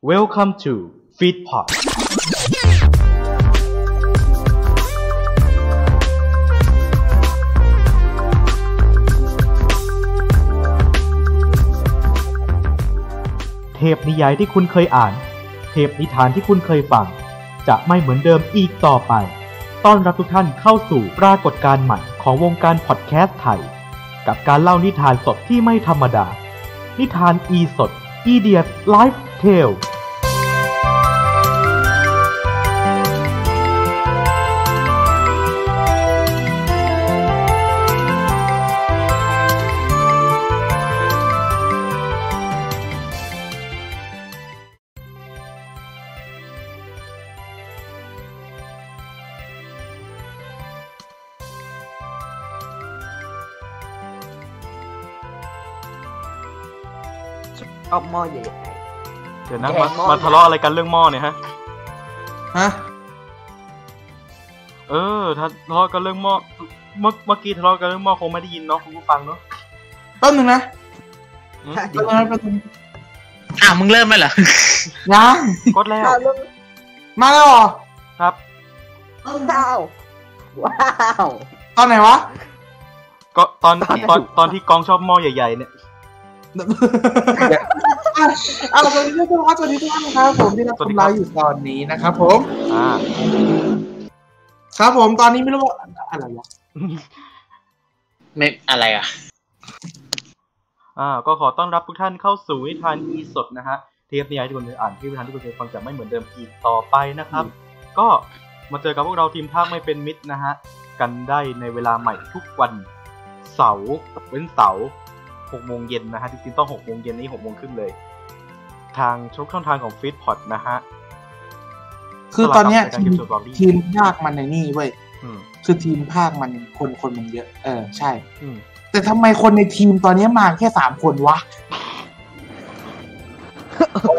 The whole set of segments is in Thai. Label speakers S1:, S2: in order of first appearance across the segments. S1: Welcome to Feedpot เทพนิยายที่คุณเคยอ่าน เทพนิทานที่คุณเคยฟัง จะไม่เหมือนเดิมอีกต่อไป ต้อนรับทุกท่านเข้าสู่ปรากฏการณ์ใหม่ของวงการพอดแคสต์ไทย กับการเล่านิทานสดที่ไม่ธรรมดา นิทานอีสด e d s Life Tale
S2: ชอบหม้อใหญ่
S1: เดี๋ยวนะมามาทะเลาะอะไรกันเรื่องหม้อเนี่ยฮะ
S3: ฮะ
S1: เออถ้าทะเลาะกันเรื่องหม้อเมื่อเมื่อกี้ทะเลาะกันเรื่องหม้อคงไม่ได้ยินเนาะคุณผู้ฟังเนาะ
S3: แป๊บนึงนะ
S1: อืม
S3: แป๊บนึงนะแป๊บนึง
S4: อ้าวมึงเริ่มแล้วเหรอ
S3: ยัง
S1: กดแล้ว
S2: ข้าวเรื่อง
S3: มาแล้วเหรอ
S1: ครับ
S2: ข้าวว้าว
S3: ตอนไหนวะ
S1: ก็ตอนตอนตอนที่กองชอบหม้อใหญ่ๆเนี่ย
S3: อ่ะอ่ะสวัสดีทุกท่านสวัสดีทุกท่านนะครับผมที่รับ
S1: สวัส
S3: ช
S1: ดี
S3: ม
S1: ครั
S3: เรา
S1: บ
S3: อยู่ตอนนี้นะครับผม
S1: อ่า
S3: ครับผมตอนนี้ไม่รู้ว่าอะไรวะ
S4: ไม่อะไรอ่ะ
S1: อ่าก็ขอต้อนรับทุกท่านเข้าสู่นิทานอีสดนะฮะเทปนิยายที่คุณเคยอ่านที่นิทานที่คุณเคยฟังจะไม่เหมือนเดิมอีกต่อไปนะครับ ก็มาเจอกับพวกเราทีมภาคไม่เป็นมิตรนะฮะกันได้ในเวลาใหม่ทุกวันเสาร์เว้นเสาร์หกโมงเย็นนะฮะจริงๆต้องหกโมงเย็นนี่หกโมงครึ่งเลย ทางช่องทางของฟีดพอดนะฮะ
S3: คือตอนเนี้ย
S1: สลับกับรายการเกม
S3: ทีม
S1: โชว์บอลลี่
S3: ทีมภาคมันในนี่เว้ย
S1: อืม
S3: คือทีมภาคมันคนคนมันเยอะ เออใช่
S1: อืม
S3: แต่ทำไมคนในทีมตอนนี้มาแค่สามคนวะ
S5: ก็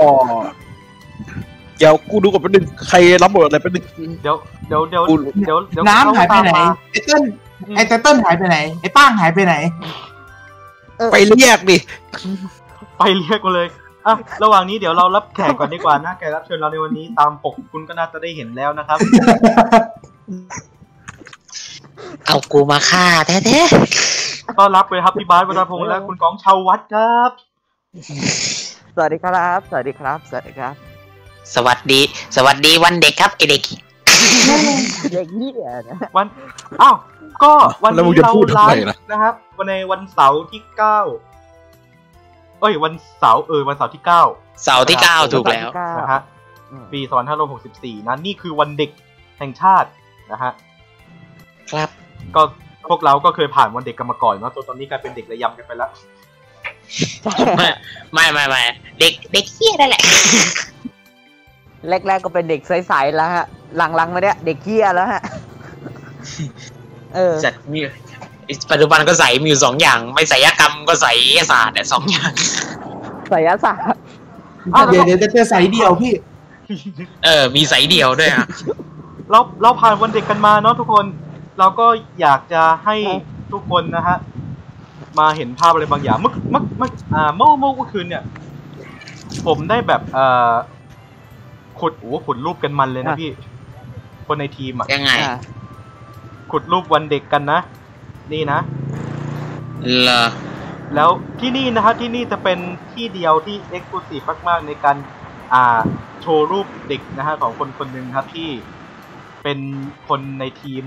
S5: เดี๋ยวกูดูก่อนแป๊บนึงใครรับบทอะไรแป๊บนึง
S1: เดี๋ยวเดี๋ยวเดี๋ยว
S5: กู
S1: เดี๋ยวเดี๋ยว
S3: น้ำหายไปไหน
S1: เข
S3: ไอ้เติ้ลไอ้
S1: ตามมา
S3: ไตเติ้ลหายไปไหน ไอ้ป้างหายไปไหน
S5: ไปเรียก ดิ
S1: ไปเรียกมาเลยอ่ะระหว่างนี้เดี๋ยวเรารับแขกก่อนดีกว่านะแขกรับเชิญเราในวันนี้ตามปกคุณก็น่าจะได้เห็นแล้วนะครับ
S4: เอากูมาฆ่าแท้
S1: ต้อนรับเลยครับพี่บาสวรรณพงษ์และคุณกองชาววัดครับ
S2: สวัสดีครับ สวัสดีครับ สวัสดีครับ
S4: ๆ สวัสดี สวัสดีวันเด็กครับไอเด็ก
S2: เด็กนี่อ่ะนะ
S1: วันอ้าวก็วัน
S5: แล้วมึง
S1: นี้
S5: จะ
S1: เรา
S5: พูดทำ
S1: ไล
S5: ไม
S1: ฟ์
S5: ล่ะ
S1: นะครับวันในวันเสาร์ที่เก้าเอ้ย วันเสาร์เออวันเสาร์ที่เก้า
S4: เสาร์ที่เก้าถูกแล้ว
S2: เก้า
S1: นะฮะ
S2: อืม
S1: ปีสองพันห้าร้อยหกสิบสี่นะนี่คือวันเด็กแห่งชาตินะฮะ
S4: ครับ
S1: ก็พวกเราก็เคยผ่านวันเด็กกันมาก่อนเนาะจนตอนนี้กลายเป็นเด็กระยำกันไปแล้ว
S4: ไม่ไม่ไม่ไม่เด็กเด็กเฮี้ยนั่นแหละ
S2: แรกๆก็เป็นเด็กใสๆแล้วฮะ หลังๆมาเนี่ยเด็กเกี้ยแล้วฮะ เออ
S4: จัดมีปัจจุบันก็ใส่มีอยู่สองอย่าง ไม่ใส่ยกรรมก็ใส่ศาสตร์เนี่ยสองอย่าง
S2: ไสยศาสตร์
S1: อ้าว
S3: เดี๋
S1: แล้
S3: ยว วเดี๋ยวจะเจอสายเดียวพี่
S4: เออ มีใส่เดียวด้วยอ่ะ
S1: เราเราผ่านวันเด็กกันมาเนาะทุกคน เราก็อยากจะให้ทุกคนนะฮะมาเห็นภาพอะไรบางอย่างเมื่อเมื่อเมื่ออ่าเมื่อเมื่อคืนเนี่ย ผมได้แบบเอ่อขุดโอ้โหขุดรูปกันมันเลยนะพี่ คนในทีมอ่ะ
S4: ยังไง
S2: อ่ะ
S1: ขุดรูปวันเด็กกันนะ นี่นะ
S4: เหรอ
S1: แล้วที่นี่นะฮะที่นี่จะเป็นที่เดียวที่เอ็กซ์คลูซีฟมาก ๆ ในการอ่าโชว์รูปเด็กนะฮะของคนคนหนึ่งครับที่เป็นคนในทีม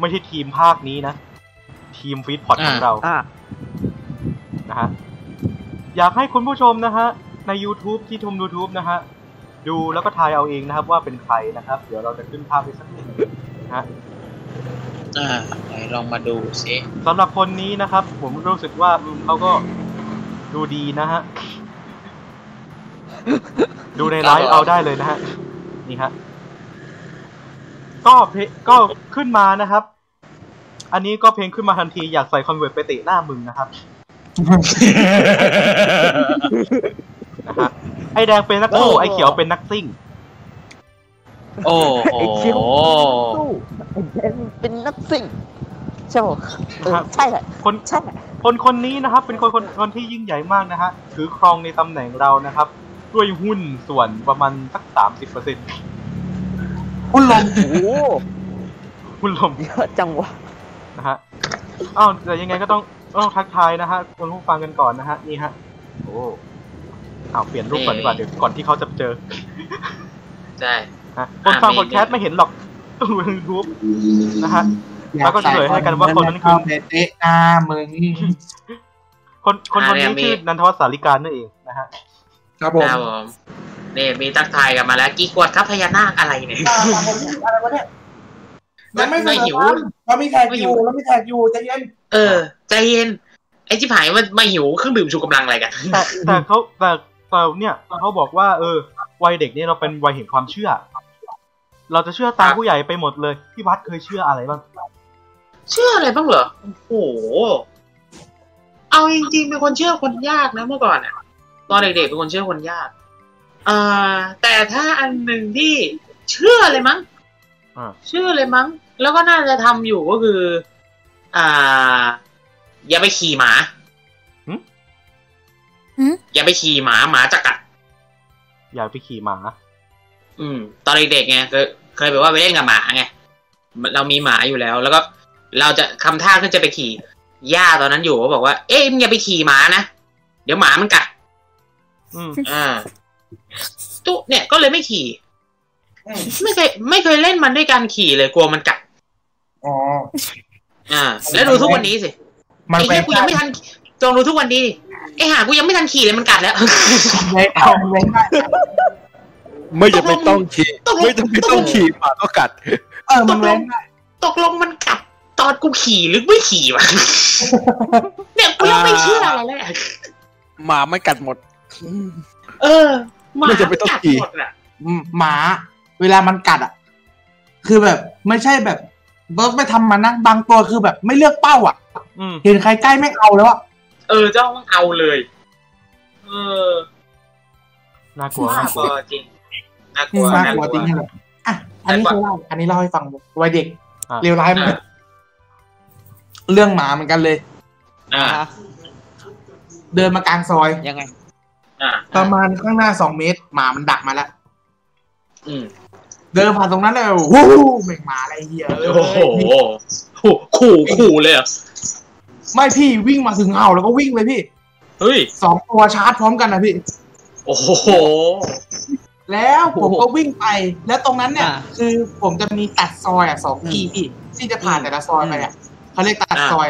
S1: ไม่ใช่ทีมภาคนี้นะ ทีมฟีดพอดของเรา
S2: อ่ะ
S1: นะฮะอยากให้คุณผู้ชมนะฮะ ใน YouTube ที่ชม YouTube นะฮะ ดูแล้วก็ทายเอาเองนะครับว่าเป็นใครนะครับ เดี๋ยวเราจะขึ้นภาพไปสักนิดนะฮะ
S4: อ่าไหนลองมาดูสิ
S1: สำหรับคนนี้นะครับ ผมรู้สึกว่าอืมเขาก็ดูดีนะฮะ ดูในไลฟ์เอาได้เลยนะฮะ นี่ฮะก็เพลงก็ขึ้นมานะครับ อันนี้ก็เพลงขึ้นมาทันทีอยากใส่คอนเวิร์ตไปเตะหน้ามึงนะครับนะฮะไอแดงเป็นนักสู้ไอเขียวเป็นนักซิ่ง
S4: โอ้โห
S2: สู้เป็นนักสิ่งใช่ปะเออ
S1: ครับ
S2: ใช่แหละ
S1: คน
S2: ใช่แหละ
S1: คนคนนี้นะครับ เป็นคนคนคนที่ยิ่งใหญ่มากนะฮะถือครองในตำแหน่งเรานะครับ ด้วยหุ้นส่วนประมาณสักสามสิบเปอร์เซ็นต์
S3: หุ้นลม
S2: โอ้โห
S1: หุ้นลม
S2: เยอะจังวะ
S1: นะฮะอ้าวแต่ยังไงก็ต้องต้องทักทายนะฮะคุณผู้ฟังกันก่อนนะฮะ นี่ฮะ โอ้อ้าวเปลี่ยนรูปก่อนดีกว่าเดี๋ยวก่อนที่เขาจะเจอ
S4: ใช่
S1: ฮะคนฟังพอดแคสต์ไม่เห็นหรอก ต้องดูยูทูบ นะฮะแล้วก็เฉลยให้กันว่าคนนั้นคือ
S3: เตะเตะหน้ามึง
S1: คนคนคนนี้ชื่อนันทวัฒน์สาริการนั่นเองนะฮะ
S3: ครับผม
S4: ครับผมนี่มีทักทายกันมาแล้วกี่กวดครับพญานาคอะไร เนี่ย
S3: อะไรวะเนี่ยยังไม่เสร็จ
S4: ไม่หิว
S3: เรามีแท็กอยู่เรามีแท็กอยู่ใจเย็น
S4: เออใจเย็นไอ้ชิบหายว่าไม่หิวเครื่องดื่มชูกำลังอะไรกัน
S1: แต่แต่เขาแต่แต่เนี่ยเขาบอกว่า เออ วัยเด็กเนี่ยเราเป็นวัยแห่งความเชื่อ เราจะเชื่อตาม
S4: ครับ
S1: ผู้ใหญ่ไปหมดเลยพี่วัดเคยเชื่ออะไรบ้าง
S4: เชื่ออะไรบ้างเหรอ โอ้โห เอาจริงๆ เป็นคนเชื่อคนยากนะเมื่อก่อนอะตอนเด็กๆ เป็นคนเชื่อคนยากอ่าแต่ถ้าอันหนึ่งที่เชื่อเลยมั้ง
S1: อ่า
S4: เชื่อเลยมั้ง แล้วก็น่าจะทำอยู่ก็คือ อ่า อย่าไปขี่หมา
S1: หึ
S6: หึ
S4: อย่าไปขี่หมาหมาจะกัด
S1: อยากไปขี่หมา
S4: อืมตอนเด็กๆไงเคยเคยแบบว่าไปเล่นกับหมาไงเรามีหมาอยู่แล้ว แล้วก็เราจะคำท่าขึ้นจะไปขี่ย่าตอนนั้นอยู่ก็บอกว่า เอ๊ะมึงอย่าไปขี่หมานะ เดี๋ยวหมามันกัด
S1: อืม
S4: อ่าตุ๊เนี่ยก็เลยไม่ขี่ ไม่เคยไม่เคยเล่นมันด้วยการขี่เลยกลัวมันกัด
S3: อ๋อ
S4: อ่า แล้วดูทุกวันนี้สิ
S3: มัน
S4: ไอ้
S3: เป็
S4: เหี้
S3: น
S4: ยกูยังไม่ทันลองดูทุกวันนี้ดิไอ้ห่ากูยังไม่ทันขี่เลยมันกัดแล้ว
S3: ในเอาในได้
S5: ไม่จะไปต้องขี่
S4: ตกลง
S5: ไม่จำเป็นต้องขี่หมาก็กัด
S3: เออมันเว้นได้
S4: ตกลงมันกัด ตอนกูขี่หรือไม่ขี่วะ เนี่ยกูยังไม่เชื่ออะไรเลย
S5: หมาไม่กัดหมด
S4: เออหมา
S5: ไม่จำเป็นต้อง
S4: กัด
S5: ขี่
S4: หมดอ่ะ
S3: หมา เวลามันกัดอ่ะ คือแบบไม่ใช่แบบเบิร์กไปทำมานะบางตัวคือแบบไม่เลือกเป้าอ่ะ
S1: อืม
S3: เห็นใครใกล้ไม่เอาแล้วอ่ะ
S4: เออเจ้าต้องเอาเลย เออ
S1: น่ากลัวา
S4: น่าม
S1: ก
S4: กลัวจริงน่ากลัว
S3: มา
S4: น่าก ก
S3: ลั
S4: ลั
S3: ว
S4: ว
S3: จริงขนาดอ่ะ อันนี้คือเล่าอันนี้เล่าให้ฟังวัยเด็ก
S1: อ่ะ
S3: เลวร้ายมากเรื่องหมาเหมือนกันเลย
S4: อ่า
S3: เดินมากลางซอย
S2: ยังไง
S4: อ่า
S3: ประมาณข้างหน้าสองเมตร หมามันดักมาแล้ว
S4: อืม
S3: เดินผ่านตรงนั้นเลยวู้วแม่งหมาอะไรเหี้ยเย
S4: โอ้โหโหขู่ขู่เลยเหรอ่ะ
S3: ไม่พี่วิ่งมาถึงเห่าแล้วก็วิ่งเลยพี่
S4: เฮ้ย
S3: สองตัวชาร์จพร้อมกันนะพี่
S4: โอ้โห
S3: แล้วผม
S2: โอ้โห
S3: ก็วิ่งไป แล้วตรงนั้นเนี่ย
S2: อ่า
S3: คือผมจะมีตัดซอยอ่ะสองที่พี่ที่จะผ่านแต่ละซอยไปเนี่ยเขาเรียกตัด
S4: อ่า
S3: ซอย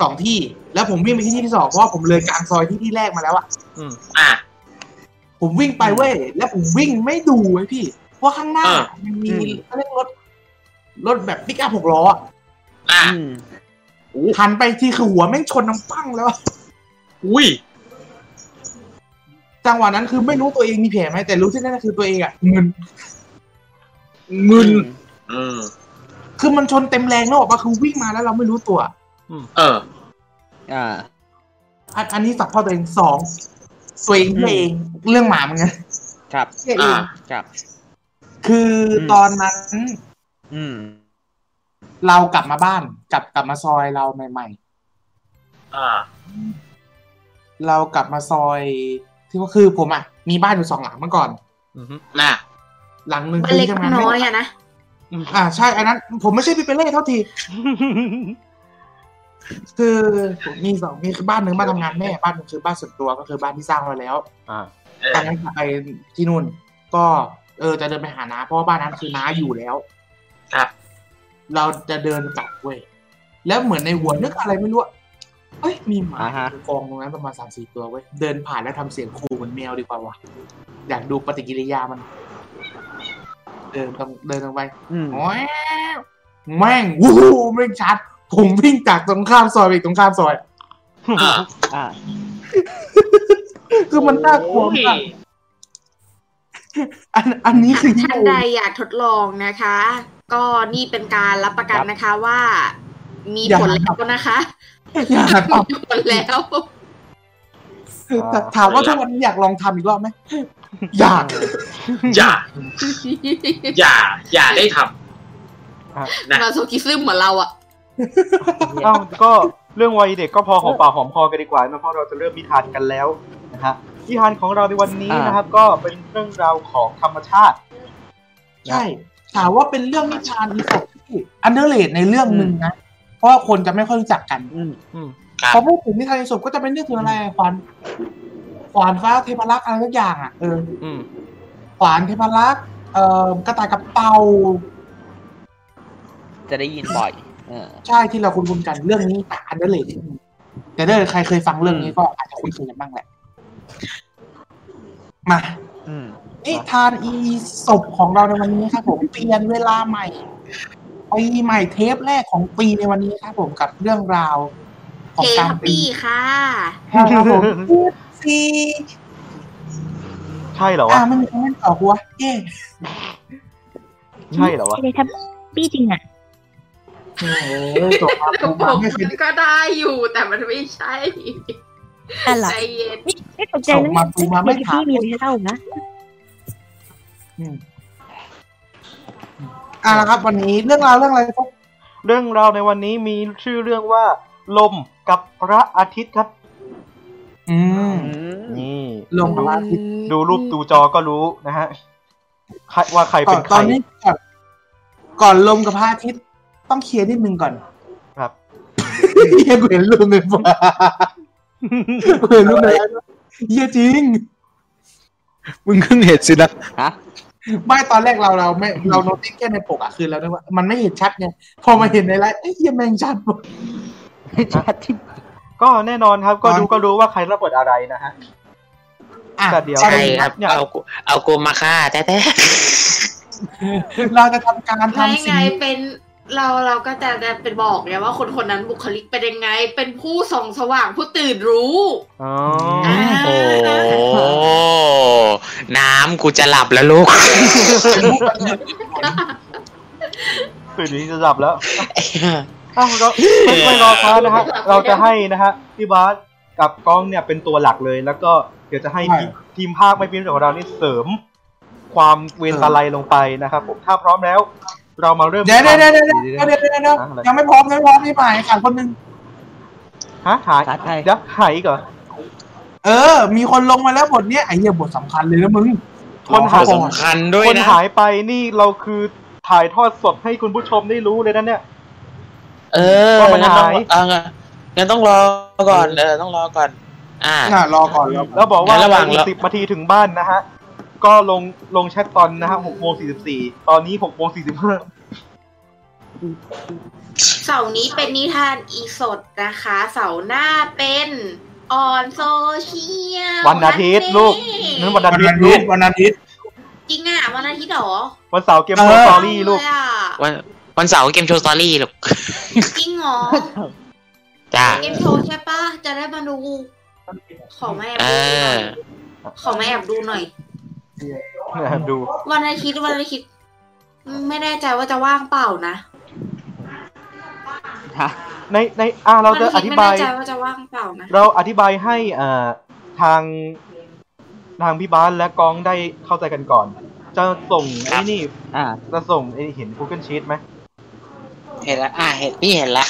S3: สองที่ แล้วผมวิ่งไปที่ที่ที่สองเพราะว่าผมเลยกลางซอยที่ที่แรกมาแล้วอ่ะ
S1: อืม
S4: อ่า
S3: ผมวิ่งไปเว้ยแล้วผมวิ่งไม่ดูไว้ยพี่ว่าข้างหน้า
S4: อ่ามั
S3: มันมี
S2: อืม
S3: เขาเรียกรถรถแบบปิกอัพหกล้ออะ
S4: อ่า
S2: อืม
S3: หันไปที่คือหัวแม่งชนน้ำปั้งแล้ว
S4: อุ้ย
S3: จังหวะนั้นคือไม่รู้ตัวเองมีแผลไหมแต่รู้ที่แน่ๆคือตัวเองอะเงิน
S4: มึน อืม
S3: คือมันชนเต็มแรงแล้วออกมาคือวิ่งมาแล้วเราไม่รู้ตัว
S4: เออ
S2: อ่า
S3: อันอันนี้สับข้อตัวเองสองตัวเอง
S2: อืม
S3: เองเรื่องหมาเหมือนกัน
S2: ครับ
S3: เอง
S4: อ่า
S2: ครับ
S3: คือตอนนั้น
S2: อืม
S3: เรากลับมาบ้านกลับกลับมาซอยเราใหม่
S4: อ่า
S3: ๆ เรากลับมาซอย ที่ก็คือผมอะมีบ้านอยู่สองหลังเมื่อก่อน
S1: อืม
S4: น่ะ
S3: หลังหนึ่ง
S6: มัน
S3: คือ
S6: เล็ก
S3: ที่ทำงาน
S6: น้อย
S3: ไม่
S6: อะนะ
S3: อ่าใช่อันนั้น ผมไม่ใช่พี่เปเล่เท่าที คือผมมีสองมีบ้านหนึ่งบ้านทำงานแม่บ้านหนึ่งคือบ้านส่วนตัวก็คือบ้านที่สร้างไว้แล้ว
S1: อ่า
S4: เออ
S3: ตอนนั้นไปที่นู่น ก็เออจะเดินไปหาน้าเพราะว่าบ้านนั้นคือน้าอยู่แล้ว
S4: ครับ
S3: เราจะเดินกลับเว้ยแล้วเหมือนในหัวนึกอะไรไม่รู้อะเอ้ยมีหมา
S2: อ่าฮะ
S3: อยู่กองตรงนั้นประมาณสามสี่ตัวเว้ยเดินผ่านแล้วทำเสียงขู่เหมือนแมวดีกว่าวะอยากดูปฏิกิริยามัน เดินตรงเดินตรงไป
S2: อืม
S3: โอ้ยแม่งวู้หูแม่งชัด ผมวิ่งจากตรงข้ามซอยไปอีกตรงข้ามซอยอะ
S4: อ่า
S2: อ่า
S3: คือมันน่ากลัว
S4: โอ้ย
S3: มากอันอันนี้คือที่
S6: ท่าน
S3: โด
S6: ใด
S3: น
S6: อยากทดลองนะคะ ก็นี่เป็นการรับประกัน
S2: ครับ
S6: นะคะว่า มี
S3: อย่า
S6: ผลแล้วนะคะ
S3: อย่าตอบ
S6: มีผลแล้ว
S1: อ่า
S3: ถามว่าทุกวันนี้อยากลองทำอีกรอบไหม อยาก
S4: อย่า อย่า อย่าได้ทนะ
S6: มาโซกิซึมเหมือนเราอะ
S1: เอ้าก็เรื่องวัยเด็กก็พอหอมปากหอมคอกันดีกว่านะเพราะเราจะเริ่มนิทานกันแล้วนะฮะ นิทานของเราในวันนี้นะครับ ก็เป็นเรื่องราวของธรรมชาติ
S3: ใช่ถามว่าเป็นเรื่องนิทานอีสปที่อันเดอร์เลดในเรื่องหนึ่งนะ เพราะว่าคนจะไม่ค่อยรู้จักกัน
S2: อืม
S1: อืม
S4: ครับ
S3: พอพูดถึงนิทานอีสปก็จะเป็นเรื่องถึงอะไรอะขวานขวานฟ้าเทพรักษ์อะไรทุกอย่างอ่ะเออ
S1: อืม
S3: ขวานเทพรักษ์เอ่อกระต่ายกับเต่า
S2: จะได้ยินบ่อย เออ
S3: ใช่ที่เราคุ้นๆกันเรื่องนี้อันเดอร์เลดแต่ถ้าเกิดใครเคยฟังเรื่องนี้ก็อาจจะคุ้นเคยกันบ้างแหละ มา
S2: อืม
S3: นิทานอีศพของเราในวันนี้ครับผมเปลี่ยนเวลาใหม่ปีใหม่เทปแรกของปีในวันนี้ครับผมกับเรื่องราว ขอ
S6: เฮ
S3: งการ
S6: ฮัป
S3: เป็น
S6: ปี้ค่ะ
S3: ใช่ครับ ผมซี
S1: ใช่เหรอวะ
S3: อ่าไม่มีคำแนะนำต่อหัวเย่
S1: ใช่เหรอวะ
S7: เฮทับปี้จริงอ่ะ
S3: เออจบครับ
S6: ผม
S3: ผมไม่เคย
S6: มันก็ได้อยู่แต่มันไม่ใช่
S7: อะไร
S6: ใจเย็น
S7: ไม่ตกใจนะเฮทับปี้มีอะไรเล่านะ
S3: อืมอ่าละครับ วันนี้เรื่องราวเรื่องอะไรครับ
S1: เรื่องราวในวันนี้มีชื่อเรื่องว่า ลมกับพระอาทิตย์ครับ
S3: อืม
S1: นี่
S3: ลงมาทิตย์
S1: ดูรูปดูจอก็รู้นะฮะใครว่าใคร
S3: ก่
S1: เป็
S3: อน
S1: นใค
S3: ต
S1: ร
S3: อนนี้ก่อนก่อนลมกับพระอาทิตย์ต้องเคลียร์นิดนึงก่อน
S1: ครับ
S3: เฮียกูเห็นรูปในฟ้ากูเห็นรูปในเฮียจริง
S5: มึงเพิ่งเห็นสินะ
S2: ฮะ
S3: ไม่ตอนแรกเราเราไม่เราโน้ติ้งแค่ในปกอะคือเราคิดว่ามันไม่เห็นชัดไงพอมาเห็นในไลฟ์เอ้ยเฮียแม่งชัดว่ะ
S2: ชัดที่
S1: ก็แน่นอนครับ ก็
S3: ตอน
S1: ดูก็รู้ว่าใครรับบทอะไรนะฮะ
S3: อ่ะ
S1: แต่เดี๋ยว
S4: ใช่ครับ
S1: เนี่ย
S4: เอากูเอากูมาฆ่าแท้ๆ
S3: เราจะทำการ
S6: ไม่
S3: ทำสิ่
S6: ไง
S3: ง
S6: เป็นเราเราก็จะจะเป็นบอกไงว่าคนคนนั้นบุคลิกเป็นยังไง เป็นผู้ส่องสว่างผู้ตื่นรู้
S1: อ๋อ
S6: อ่า
S4: โอ้โหน้ำกูจะหลับแล้วลูก
S1: ตื่นนี้จะจับแล้วอ้าวเราไม่ไม่รอช้านะฮะ เราจะให้นะฮะพี่บาสกับกล้องเนี่ยเป็นตัวหลักเลย แล้วก็เดี๋ยวจะให้ทีมทีมภาคไม่พิมพ์ของเรานี่เสริม ความเวนตาไลลงไปนะครับผมถ้าพร้อมแล้ว เรามาเริ่ม
S3: เดี๋ยวเดี๋ยวเดี๋ยวเดี๋ยว
S1: ๆๆ
S3: เดี๋ยวเดี๋ยวเดี๋ยวเดี๋ยว
S1: อ่ะอะไร
S3: ยังไม่พร้อมยังไม่พร้อมไม่ไปค่ะคนหนึง
S1: ฮะหาย
S2: ขาดใคร
S1: เดี๋ยวหายอีกเหรอ
S3: เออ มีคนลงมาแล้วบทเนี้ยไอ้เหี้ยบทสำคัญเลยนะมึง
S1: คนหา
S3: ของ
S4: สำคัญด้วย
S1: คน
S4: นะ
S1: หายไปนี่เราคือถ่ายทอดสดให้คุณผู้ชมได้รู้เลยนะเนี่ย
S4: เออ
S1: ว่ามัน
S4: งั้นต้อง
S1: หาย
S4: เอางั้นงั้นต้องรอก่อน เออ ต้องรอก่อน อ่า
S3: น่ะรอก่อนรอก่อน
S1: แล้วบอกว่า
S4: งั้นระหว่าง
S1: อีก
S4: เรา
S1: สิบนาทีถึงบ้านนะฮะ ก็ลงลงแชทตอนนะฮะหกโมงสี่สิบสี่ตอนนี้หกโมงสี่สิบห้า
S6: เสาร์นี้เป็นนิทานอีสดนะคะ เสาร์หน้าเป็นออนโซเชียล
S1: วันอาทิตย์ลูกนั่นวัน
S3: วัน
S1: อาทิต
S3: อา
S1: ย์
S3: ทิ
S1: ลู
S3: ต
S1: ก
S3: ย์วันอาทิตย์
S6: จริงอ่ะวันอาทิตย์เหรอ
S1: วันเสาร์เกมโชว์
S3: เออ
S1: สตอรี่ลูก
S6: เยอะ
S4: วันวันเสาร์เกมโชว์สตอรี่ลูก
S6: จริงเหรอ
S4: จ้า
S6: เกมโชว์ใช่ปะจะได้มาดู ขอมาแอบ
S4: เอ
S6: ดูหน่
S4: อ
S6: อยขอมาแอบดูหน่อย
S1: ดู
S6: วันอาทิตย์วันอาทิตย์ไม่แน่ใจว่าจะว่างเปล่านะ
S2: ฮะ
S1: ในในอ่าเราจะอ
S6: วัน
S1: ธิ
S6: ทิตย์
S1: บาย
S6: ไม่แน่ใจว่าจะว่างเปล่านะ
S1: เราอธิบายให้อ่าทางทางพี่บ้านและกองได้เข้าใจกันก่อน จะส่งไอ้นี่
S2: อ่า
S1: จะส่งไอ้เห็น Google Sheet ไหม
S4: เห็นละอ่าเห็นพี่เห็นละ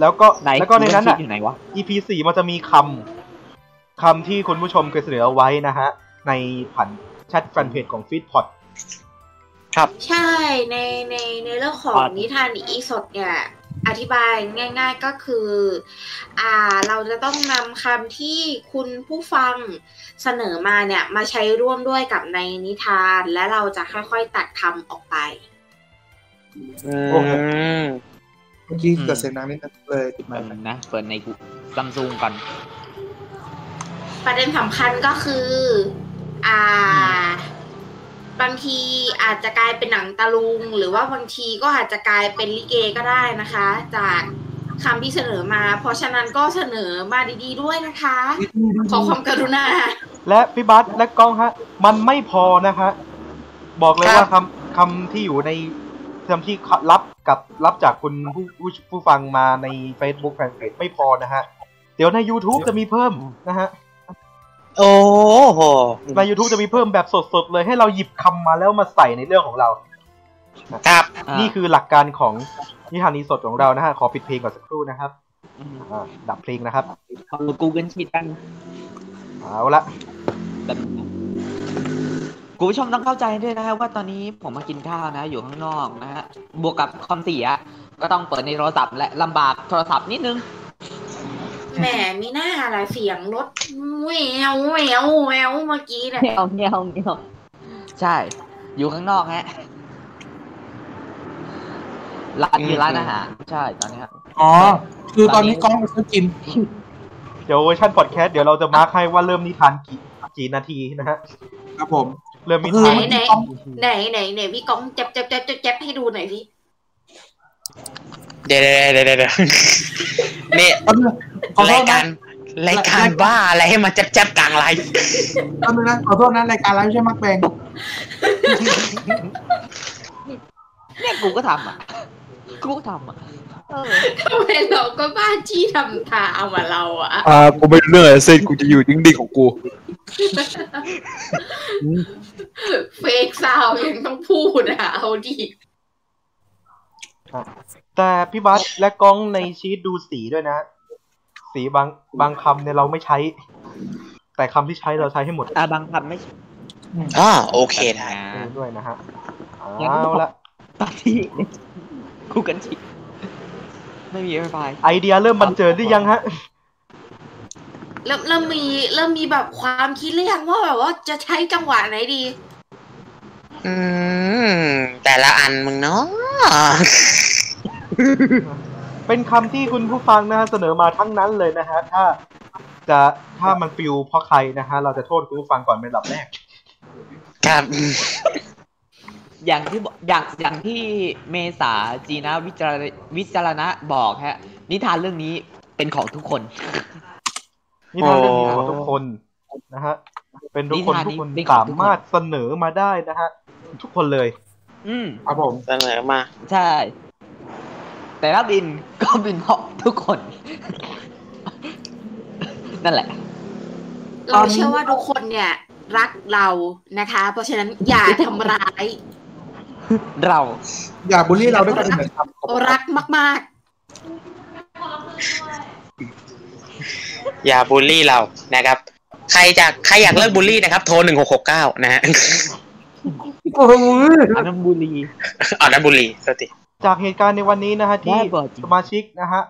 S1: แล้วก็
S2: ไหน
S1: แล้วก็ในนั้นอ่ะ
S2: อยู่ไหนวะ
S1: EP สี่มันจะมีคำคำที่คุณผู้ชมเคยเสนอเอาไว้นะฮะ ในผ่านแชทแฟนเพจของฟีดพอด
S6: ใช่ในในในเรื่องของ
S2: ครับ
S6: นิทานอีสดเนี่ย อธิบายง่าย ๆก็คือ อ่าเราจะต้องนำคำที่คุณผู้ฟังเสนอมาเนี่ย มาใช้ร่วมด้วยกับในนิทาน และเราจะค่อยๆตัดคำออกไป
S4: อืม
S3: เมื่อกี้เกิดเสียงดังนิดนึงเลยติดไม
S2: แป๊บ
S3: ค์
S2: นึงนะเปิดในกูซัมซุงก่อน
S6: ประเด็นสำคัญก็คือ อ่า บางทีอาจจะกลายเป็นหนังตะลุง หรือว่าบางทีก็อาจจะกลายเป็นลิเกก็ได้นะคะ จากคำที่เสนอมา เพราะฉะนั้นก็เสนอมาดีๆด้วยนะคะ ขอความกรุณา
S1: และพี่บัสและกล้องฮะ มันไม่พอนะฮะ บอกเลย
S4: ครั
S1: ว่า
S4: บ
S1: คำคำที่อยู่ในคำที่รับกับรับจากคุณผู้ผู้ผู้ฟังมาใน Facebook แฟนเพจไม่พอนะฮะ เดี๋ยวใน YouTube จะมีเพิ่มนะฮะ
S4: โอ้โห
S1: ใน YouTube จะมีเพิ่มแบบสดๆ เลยให้เราหยิบคำมาแล้วมาใส่ในเรื่องของเรา
S4: ครับ
S2: อ่า
S1: นี่คือหลักการของนิทานนีสดของเรานะฮะ ขอปิดเพลงก่อนสักครู่นะครับ
S2: ม
S1: อ่าดับเพลงนะครับ
S2: เอากูเกิลชีตกัน
S1: เอาละ
S2: แบบนึงนะคุณผู้ชมต้องเข้าใจด้วยนะฮะว่าตอนนี้ผมมากินข้าวนะ อยู่ข้างนอกนะฮะบวกกับคอมเสียก็ต้องเปิดในโทรศัพท์และลำบากโทรศัพท์นิดนึง
S6: แหมมีหน้าอะไรเสียงรถแหววแหววแหววเมื่อกี้เนี่ย
S2: เงี้ยวเงี้ยวเงี้ยวใช่ อยู่ข้างนอกฮะร้านอยู่ร้านอาหารใช่ตอนนี้ครับ
S3: อ๋อ คือตอนนี้กล้องเขากิน
S1: เดี๋ยวเวอร์ชันพอดแคสต์เดี๋ยวเราจะมาร์คให้ว่าเริ่มนิทานกี่กี่นาทีนะฮะ
S3: ครับผม
S1: เริ่มนิ
S3: คือ
S1: ทาน
S3: เมื่อ
S6: ไหนไหน
S3: กี้กล้อง
S6: ไหนไหนไหนพี่ก้องจับจับจับจับจับให้ดูหน่อยสิ
S4: เดี๋ยวเดี๋ยวเดี๋ยวเดี๋ยวเดี๋ยวนี่
S3: แป๊บนึงขอโท
S4: ราย
S3: ษ
S4: กา
S3: นะ
S4: รรายการบ้าอะไรให้มาจับจับกลางไลฟ์
S3: แป๊บนึงนะขอโทษนะรายการไลฟ์ไม่ใช่มักแปลง
S2: เนี่ยกูก็ทำอ่ะ กูก็ทำอ่ะเออ
S6: ทำไมเราก็บ้าจี้ทำตาเอามาเราอะ
S5: อ่ากูไม่รู้เรื่องอะไรเส้นกูจะอยู่ดิ่งๆของกู
S6: เฟกซาวยังต้องพูดอะเอาดิ
S1: แต่พี่บัสและกล้องในชีตดูสีด้วยนะฮะสีบางบางคำเนี่ยเราไม่ใช้ แต่คำที่ใช้เราใช้ให้หมด
S2: อ่ะบางคำไม่ใช่
S4: อ่าโอเคได้
S1: ด้วยนะฮะเอาละ
S2: ตอนที่กูกันชิไม่มี Wi-Fi
S1: ไอเดียเริ่มบันเจิดหรือยังฮะ
S6: เริ่มเริ่มมีเริ่มมีแบบความคิดเรียงว่าแบบว่าจะใช้จังหวะไหนดี
S4: อืม แต่ละอันมึงเนาะ
S1: เป็นคำที่คุณผู้ฟังนะฮะเสนอมาทั้งนั้นเลยนะฮะ ถ้าจะถ้ามันฟิวเพราะใครนะฮะ เราจะโทษคุณผู้ฟังก่อนเป็นลำดับแรก
S4: ครับ
S2: อย่างที่บอกอย่างอย่างที่เมษาจีนะวิจารวิจารณะบอกฮะ นิทานเรื่องนี้เป็นของทุกคน
S1: นี่ถ้าเรื่องนี้ของทุกคนนะฮะ เป็นทุกคน
S2: นิทาน
S1: ทุกค
S2: นี้
S1: น
S2: เป็นของ
S1: สา
S2: ทุกคน
S1: มารถเสนอมาได้นะฮะ ทุกคนเลย
S2: อืม
S3: ครับผม
S4: เสนอมา
S2: ใช่ แต่ถ้าบิน ก็บินเพราะทุกคน นั่นแหละ
S6: เราเชื่อว่าทุกคนเนี่ย รักเรานะคะ เพราะฉะนั้นอย่าทำร้าย
S2: เรา
S3: อย่าบูลลี่เราด้วยกันเลยครับ
S6: รักมาก
S4: อย่าบูลลี่เรานะครับ ใครจะใครอยากเลิกบูลลี่นะครับ โทรหนึ่งหกหกเก้านะ ฮะ
S3: โอ้ย
S2: อันนั้นบุรี
S4: อ๋อนั่นบุลลี่สติ
S1: จากเหตุการณ์ในวันนี้นะฮะ ที่
S2: ได้บ่อยจริง
S1: สมาชิกนะฮะ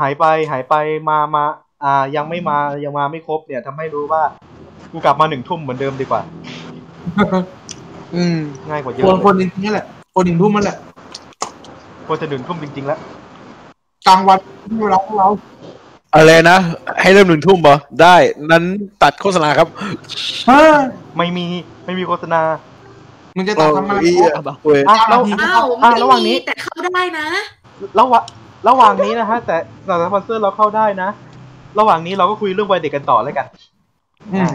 S1: หายไปหายไปมามาอ่ายังไม่มายังมาไม่ครบเนี่ยทำให้รู้ว่ากูกลับมาหนึ่งทุ่มเหมือนเดิมดีกว่า
S4: อืม
S1: ง่ายกว่าเย
S3: คน
S1: อะ
S3: คนนี้นี่แหละ คนหนึ่งทุ่มมันแหละ
S1: ควรจะหนึ่งทุ่มจริงๆแล้ว
S3: กลางวันเราเรา
S5: อะไรนะ ให้เริ่มหนึ่งทุ่มป่ะได้นั้นตัดโฆษณาครับ
S1: ไม่มีไม่มีโฆษณา
S3: มึงจะตัดทำไม
S5: โอ้ย
S3: โอ้ย
S2: เอาเปล่า
S5: เว้ย
S1: อ่ะ
S3: เก้า
S1: แล้
S3: นาว ที
S6: ๆ อ้าว
S1: อ่ะ
S6: ไม่
S1: ระหว่างนี้
S6: มีแต่เข้าได้นะ
S1: ระหว่างระหว่างนี้นะฮะ แต่แต่สปอนเซอร์เราเข้าได้นะ ระหว่างนี้เราก็คุยเรื่องวัยเด็กกันต่อแล้วกัน
S3: อืม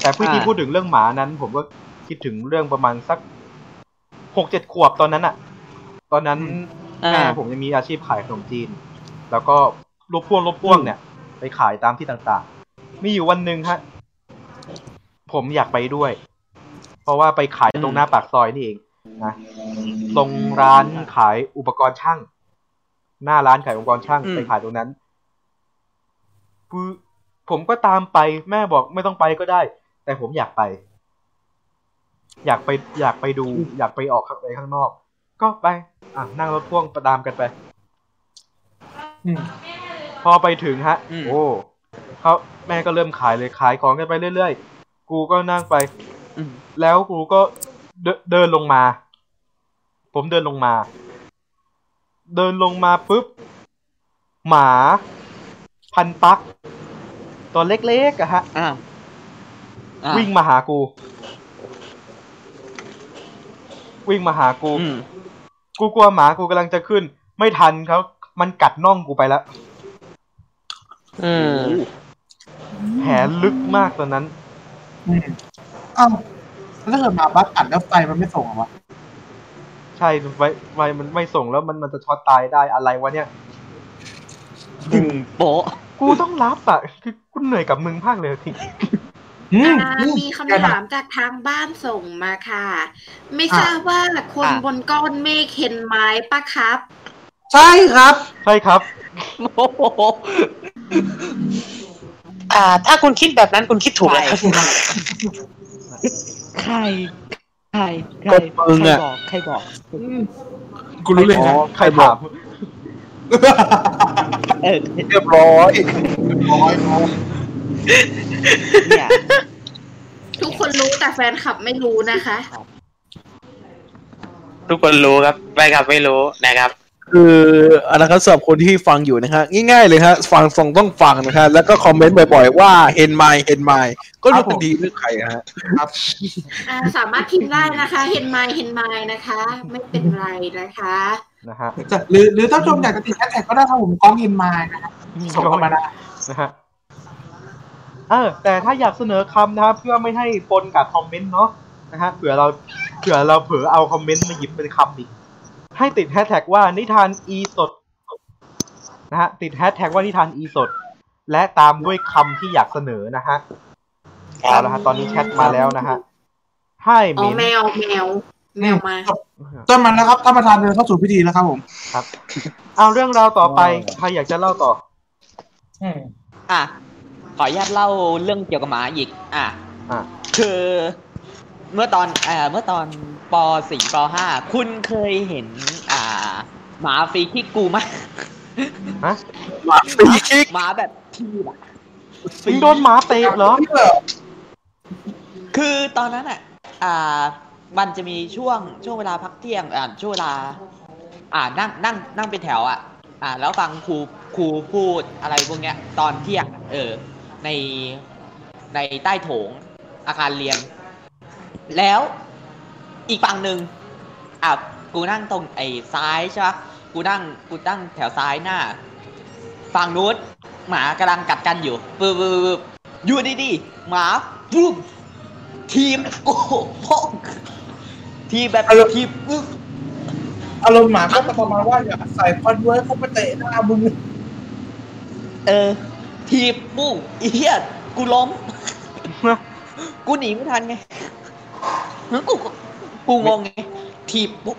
S1: แต่พี่ที่
S2: อ่า
S1: พูดถึงเรื่องหมานั้น ผมก็คิดถึงเรื่องประมาณสักหกเจ็ดขวบตอนนั้นอะตอนนั้น
S2: อ่า
S1: แม่ผมยังมีอาชีพขายขนมจีน แล้วก็รถพ่วงรถพ่วงเนี่ย ไปขายตามที่ต่างๆ มีอยู่วันหนึ่งฮะ ผมอยากไปด้วย เพราะว่าไปขายตรงหน้าปากซอยนี่เองนะตรงร้านขายอุปกรณ์ช่าง หน้าร้านขายอุปกรณ์ช่างไปขายตรงนั้นปุ๊ผมก็ตามไปแม่บอกไม่ต้องไปก็ได้ แต่ผมอยากไป อยากไปอยากไปดู อยากไปออกข้างไปข้างนอก ก็ไป อ่ะนั่งรถพ่วงประตามกันไป
S3: อืม
S1: พอไปถึงฮะ โอ้เขาแม่ก็เริ่มขายเลยขายของกันไปเรื่อยๆ กูก็นั่งไป
S2: อืม
S1: แล้วกูก็เดนเดินลงมา ผมเดินลงมา เดินลงมาปุ๊บ หมา พันปัก ตัวเล็กๆอะฮะ
S2: อ้าวอ่ะ
S1: วิ่งมาหากู วิ่งมาหากู
S2: อืม
S1: กูกลัวหมากูกำลังจะขึ้น ไม่ทันเขามันกัดน่องกูไปแล้ว
S4: อืม
S1: แผลลึกมากตอนนั้น
S3: อืมอ้าวแล้วถ้าเกิดหมาบัสกัดแล้วไฟมันไม่ส่งเหรอวะ
S1: ใช่ไว้ไว้มันไม่ส่งแล้วมันมันจะช็อตตายได้อะไรวะเนี่ย
S2: ดึงโป๊ะ
S1: กูต้องรับอ่ะ คือกูเหนื่อยกับมึงมากเลยที
S3: อืม
S6: อ่า
S3: อืม
S6: มีคำถามจากทางบ้านส่งมาค่ะ ไม่ทราบว่าคน
S2: อ่ะ
S6: บนก้อนเมฆเห็นไม้ปะครับ
S3: ใช่ครับ
S1: ใช่ครับ
S2: โอ้โห
S8: อ่า ถ้าคุณคิดแบบนั้นคุณคิดถูกแล้วครับ
S2: ใครใครใคร
S5: กดมึงอะ
S2: ใครบอกใครบอก
S3: กูรู้เลย
S5: อ๋อ
S3: นะ
S5: ใครบอก
S2: เออ
S5: เรียบร้อย
S3: ร้อยร้อย
S2: เนี่ย
S6: ทุกคนรู้แต่แฟนคลับไม่รู้นะคะ
S8: ทุกคนรู้ครับไปครับไม่รู้นะครับ
S5: คืออันนั้นครับสำหรับคนที่ฟังอยู่นะฮะง่ายๆเลยฮะฟังฟังต้องฟังนะฮะแล้วก็คอมเมนต์บ่อยๆว่าเห็นไหมเห็นไหมก็
S3: ค
S5: รู้
S3: รับผม
S5: กันดีเรื่องใครนะฮะ
S3: ครับ
S6: อ่าสามารถพิมพ์ได้นะคะ เห็นไมล์เห็นไมล์นะคะ ไม่เป็นไรนะคะ
S1: นะฮะ
S3: จะหรือหรือถ้าชมอยากจะติดแฮชแท็กก็ได้ครับผมกล้องเห็นมานะครับส่งเข้ามาได้
S1: นะฮะเออแต่ถ้าอยากเสนอคำนะครับเพื่อไม่ให้ปนกับคอมเมนต์เนาะนะฮะเผื่อเราเผื่อเราเผลอเอาคอมเมนต์มาหยิบเป็นคำอีกให้ติดแฮชแท็กว่านิทานอีสดนะฮะติดแฮชแท็กว่านิทานอีสดและตามด้วยคำที่อยากเสนอนะฮะเอาละฮะตอนนี้แชทมาแล้วนะฮะให้
S6: อ๋อ
S1: มิน
S6: แมวแมวแมวมา
S3: ต้นมันแล้วครับท่านประธานเดินเข้าสู่พิธีแล้วครับผม
S1: เอาเรื่องราวต่อไป ใครอยากจะเล่าต่อ
S2: อ่ะ ขออนุญาตเล่าเรื่องเกี่ยวกับหมาอีก อ่ะ
S1: อ่ะ
S2: คือ เมื่อตอนเอ่อเมื่อตอนปสี่ปห้าคุณเคยเห็น อ่า หมาฟรีคิกกูไหม
S1: ฮะ
S5: ฟรีคิก
S2: หมาแบบที่แบบ
S1: สิงโดนหมาเตะเหรอ
S2: คือตอนนั้นอ่ะ อ่า มันจะมีช่วงช่วงเวลาพักเที่ยง อ่าช่วงเวลา อ่านั่งนั่งนั่งเป็นแถวอ่ะ อ่า แล้วฟังครูครูพูดอะไรพวกเนี้ย ตอนเที่ยงอ่ะเออ ในในใต้โถงอาคารเรียน แล้วอีกฝั่งหนึ่งอ่ะกูนั่งตรงไอ้ซ้ายใช่ปะกูนั่งกูตั้งแถวซ้ายหน้า ฝั่งนู้นหมากำลังกัดกันอยู่ปึ๊บปึ๊บปึ๊บปึ๊บอยู่ดีๆหมาปุ๊บทีมโอ้โหพ่องทีมแบบทีมปึ๊บ
S3: อารมณ์หมาก็จะประมาณว่าอยากใส่คอนเวิร์สเข้ามาเตะหน้ามึง
S2: เออ ทีบปุ้งไอ้เหี้ยกูล้ม กูหนีไม่ทันไงแล้วกูก็กูงงไง ทีบปุ๊บ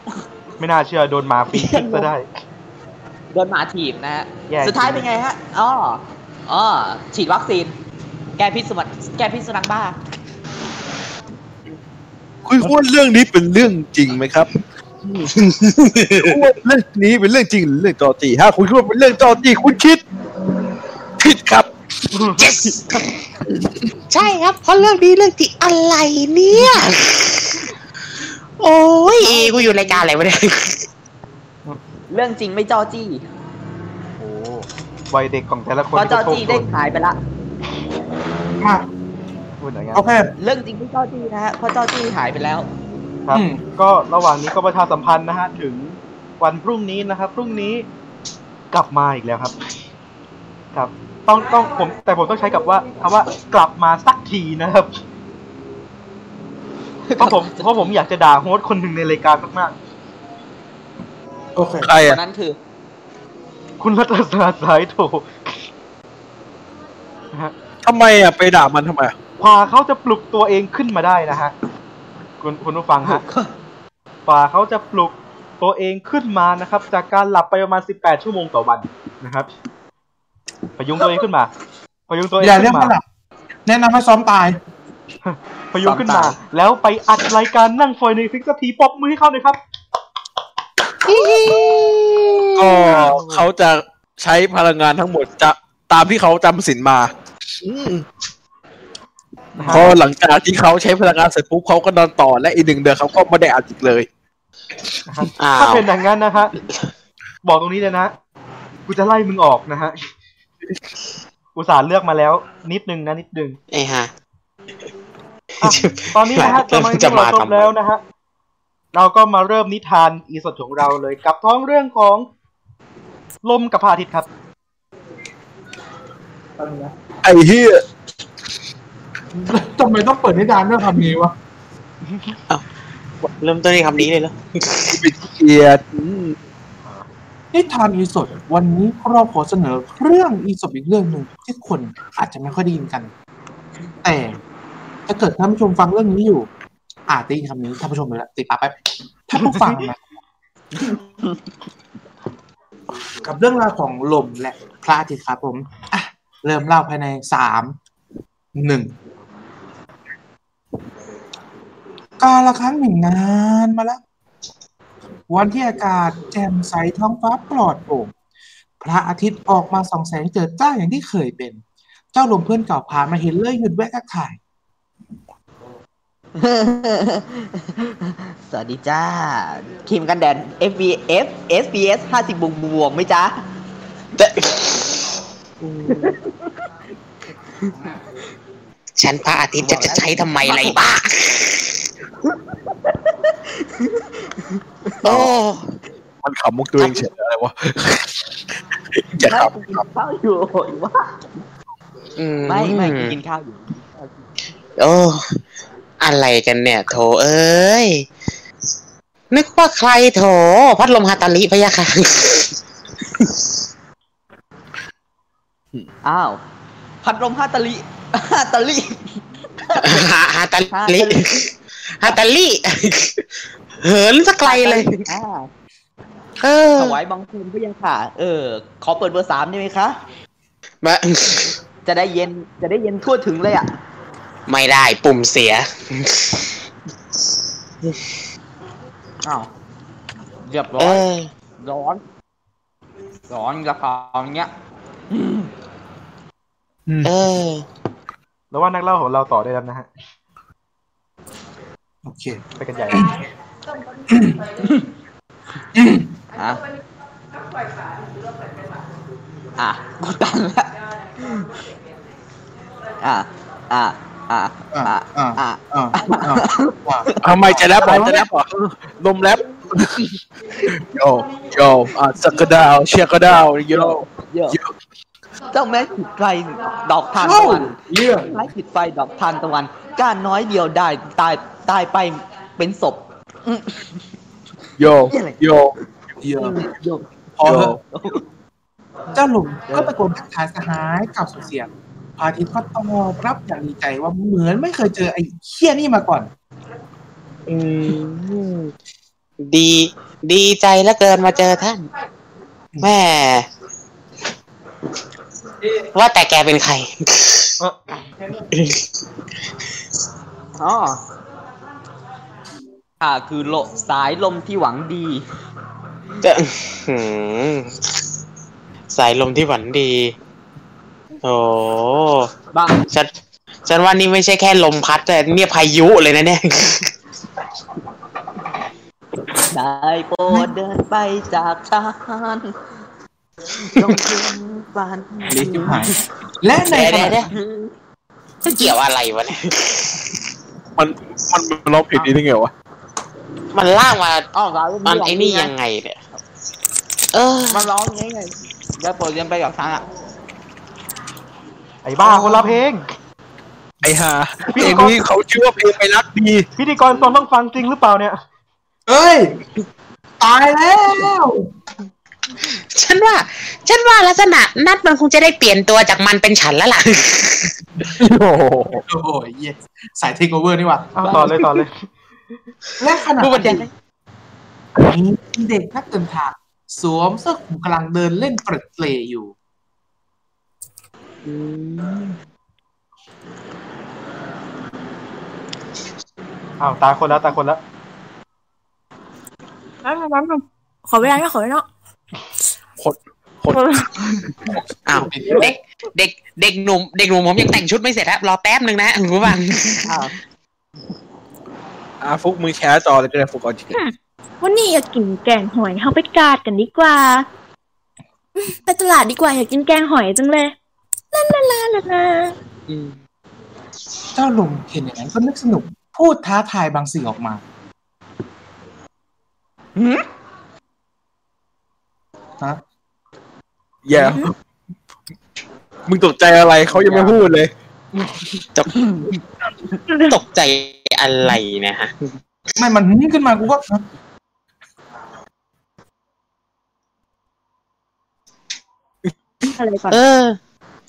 S1: ไม่น่าเชื่อโดนหมาปีกก็ได้
S2: โดนหมาถีบนะฮะ
S1: แย่จริง
S2: สุดท้ายเป็นไงฮะอ๋ออ๋อฉีดวัคซีน แก้พิษสุนัขแก้พิษสุนัขบ้า
S5: คุยว่าเรื่องนี้เป็นเรื่องจริงไหมครับว่าเรื่องนี้เป็นเรื่องจริงหรือเรื่องจอตีฮะคุณคิดว่าเป็นเรื่องจอตีคุณคิดผิดครับ
S8: yes ใช่ครับ เพราะเรื่องนี้เรื่องที่อะไรเนี่ย โอ้ยกูอยู่รายการอะไรวะเนี่ย
S2: เรื่องจริงไม่จอจี้
S1: โอ้วัยเด็กของแต่ละคน
S2: เพราะจอ
S1: ก็โชค
S2: จี้
S1: ด
S2: ได้
S1: น
S2: ขายไปละ
S3: มา
S1: พูดอย่างเงี้ย
S3: โอเค
S2: เรื่องจริงไม่จอจี้นะฮะ เพราะจอจี้หายไปแล้ว
S1: ครับ
S3: อืม
S1: ก็ระหว่างนี้ก็ประชาสัมพันธ์นะฮะ ถึงวันพรุ่งนี้นะครับ พรุ่งนี้กลับมาอีกแล้วครับ ครับ ต้องต้องผม แต่ผมต้องใช้กับว่าคำว่ากลับมาสักทีนะครับ เพราะผมเพราะผมอยากจะด่าโฮสต์คนหนึ่งในรายการมาก
S3: โอเค
S5: ใคร
S2: วั
S5: อ่ะ
S2: นนั้นคือ
S1: ๆคุณรัตนศาสตร์สายโทนะฮะ
S5: ทำไมอ่ะไปด่ามันทำไมอ่ะ
S1: พาเขาจะปลุกตัวเองขึ้นมาได้นะฮะ คุณคุณผู้ฟังฮะพาเขาจะปลุกตัวเองขึ้นมานะครับ จากการหลับไปประมาณ 18 ชั่วโมงต่อวันนะครับพยุงตัวเองขึ้นมาพยุงตัวเอง
S3: อย่าเรีย
S1: ขึ้น
S3: กว่าหลั
S1: มา
S3: บแนะนำให้ซ้อมตาย
S1: พยุงขึ้นมา
S2: ตาม
S1: แล้วไปอัดรายการนั่งฟอยในฟิกสักทีปรบมือให้เขาหน่อยครับ
S5: ก็เขาจะใช้พลังงานทั้งหมดจะตามที่เขาจำสินมา
S1: นะฮะ
S5: พอหลังจากที่เขาใช้พลังงานเสร็จปุ๊บเขาก็นอนต่อและอีกหนึ่งเดือนเขาก็ไม่ได้อัดอีกเลย
S8: อ้า
S1: ถ้าว เป็นอย่างนั้นนะฮะบอกตรงนี้เลยนะกูจะไล่มึงออกนะฮะอุตส่าห์เลือกมาแล้ว นิดนึงนะนิดนึง
S8: ไอ้ฮะ
S1: อ่ะตอนนี้นะฮะ
S8: เริ่
S1: จะ
S8: ม
S1: มา
S8: จะ
S1: ที่เรา
S8: มา
S1: จบ
S8: ทำไม
S1: แล้วนะฮะ เราก็มาเริ่มนิทานอีสดของเราเลยกับท้องเรื่องของลมกับพระอาทิตย์ครับ
S5: ไอ้เฮีย
S3: ทำไมต้องเปิดนิทานด้วยคำนี้วะ
S8: เริ่มต้นในคำนี้เลยเหรอ
S5: เกลียดอืม
S3: นิทานอีสดวันนี้เราขอเสนอเรื่องอีสดอีกเรื่องหนึ่งที่คนอาจจะไม่ค่อยได้ยินกัน แต่ถ้าเกิดท่านผู้ชมฟังเรื่องนี้อยู่ อาจจะยินคำนี้ท่านผู้ชมเลยละติดปากไปบท่านผู้ฟังนะ กับเรื่องราวของลมและพระอาทิตย์ครับผมอ่ะ เริ่มเล่าภายในสามหนึ่งกาละครั้งหนึ่งนานมาแล้ว วันที่อากาศแจ่มใสท้องฟ้าปลอดโปร่งพระอาทิตย์ออกมาส่องแสงเจิดจ้าอย่างที่เคยเป็น เจ้าลมเพื่อนเก่าผ่านมาเห็นเลยหยุดแวะทักทาย
S2: สวัสดีจ้าครีมกันแดด F B F S P S ห้าสิบบวกบวกไหมจ๊ะ
S4: ฉันพระอาทิตย์จะจะใช้ทำไมอะไรบ้า โอ้
S5: มันขำมุกตัวเองเฉยอะไรวะ อย่า
S2: ไม่
S5: ข
S2: กูกินข้าวอยู่โอ้ยว่า
S4: อืม
S2: ไม่ไม่กูกินข้าวอยู่
S4: โอ้ อะไรกันเนี่ยโถเอ้ย นึกว่าใครโถ พัดลมฮาตาลิพะยะค่ะ
S2: อ้าว พัดลมฮาตาลิฮาตาลิ
S4: ฮาตาลิฮาตาลิเหินสักไกลเลย
S2: อ่า
S4: เออ
S2: ถวายบังคมพระยาค่ะ เออ ขอเปิดเบอร์สามได้ไหมคะ
S4: มา
S2: จะได้เย็น จะได้เย็นทั่วถึงเลยอ่ะ
S4: ไม่ได้ปุ่มเสีย
S2: อ้าวเรียบร้อ
S4: เอย อ
S2: ร้อน ร้อนกระเพราอย่างเงี้ย
S4: เออ
S1: แล้วว่านักเล่าของเราต่อได้แล้วนะฮะ
S3: โอเค
S1: ไปกันใหญ่
S2: อ่ะอ่ะกูตันละอ่ะอ่ะอ่ะอ่ะอ่ะ
S3: อ่าอ่าว่า
S5: ำทำไมจะแรปเหรอจะแรปเหรอลมแรปโยโยอ่ะสักกระดาวเชียร์กระดาวโย
S2: เยอะ
S5: โย
S2: เจ้าแม่ขิดไฟดอกทานตะวันไม้ขิดไฟดอกทานตะวัน ก้านน้อยเดียวได้ตายตายไปเป็นศพ
S5: โยโย
S3: เดียว
S2: โย
S3: พอ
S5: โย
S3: เถอะเจ้าหลุมก็ตะโกนทักทายสหายกับสุดเสียงพระอาทิตย์ก็ตอบรับอย่างดีใจว่าเหมือนไม่เคยเจอไอ้เคี้ยนี่มาก่อน
S4: อืม ดี ดีใจเหลือเกินมาเจอท่าน แม่ ว่าแต่แกเป็นใคร
S2: อ๋ออ่าคือโลสายลมที่หวังดี
S4: เอ่อหืมสายลมที่หวันดี โอ้
S2: บาง
S4: ฉันฉันว่านี่ไม่ใช่แค่ลมพัดแต่เนี่ยพายุเลยนะเนี่ย
S2: ได้โปรดเดินไปจากฉันลงทิ้งฝัน
S3: ลิขิตหาย และในขณะ
S4: เดี๋ยว จะเกี่ยวอะไรวะเนี่ย
S5: มันมันมันร้องผิดนี้ได้ไงวะ
S4: มันล่างมา
S2: อ๋อสายลม
S4: มัน
S2: ที่หวังดี
S4: ไอ้นี่ยังไงเนี่ย เออ
S2: มันร้องอย่างนี้ไงได้โปรดเดินไปจากฉันอ่ะ
S1: ไอ้บ้าคนละเพลง
S5: ไอ้ห่าเพลงนี้เขาชื่อว่าเพลงไปรักดี
S1: พิธีกรต้องต้องฟังจริงหรือเปล่าเนี่ย
S3: เอ้ย ตายแล้ว
S4: ฉันว่า ฉันว่าลักษณะนัดมันคงจะได้เปลี่ยนตัวจากมันเป็นฉันแล้วล่ะ
S5: โอ้โห
S3: โอ้ยเยสสายเทคโอเวอร์นี่ว่ะ
S1: เอาต่อเลยต่อเลย
S3: และขณะ
S4: ดูประเด็น
S3: นี้เด็กนักเดินทางสวมเสื้อคลุมกำลังเดินเล่นเปรตเปรยอยู่
S1: อ้าวตาคนแล้วตาคนแล้ว
S7: แล้วแล้วขอเวลาเนาะขอเวลาเนาะ
S5: คนคน
S4: อ้าวเด็ก เด็ก เด็กหนุ่ม เด็กหนุ่มผมยังแต่งชุดไม่เสร็จครับรอแป๊บนึงนะคุณผู้ฟัง
S5: อ่ะฟุกมือแชร์จอเลยก็ได้ฟุกเอาจริง
S7: วันนี้อยากกินแกงหอยเฮาไปกาดกันดีกว่าอืมไปตลาดดีกว่าอยากกินแกงหอยจังเลยลาลาลาลาลา
S3: เจ้าลุงเห็นอย่างนั้นก็นึกสนุก พูดท้าทายบางสิ่งออกมา
S2: หืม
S3: ฮะ
S5: อย่า มึงตกใจอะไรเขายังไม่พูดเลย
S4: ตกใจอะไรเนะฮะ
S3: ไม่มันหึ้งขึ้นมากูก็ฮะ
S7: อะไรก่อน
S4: เออ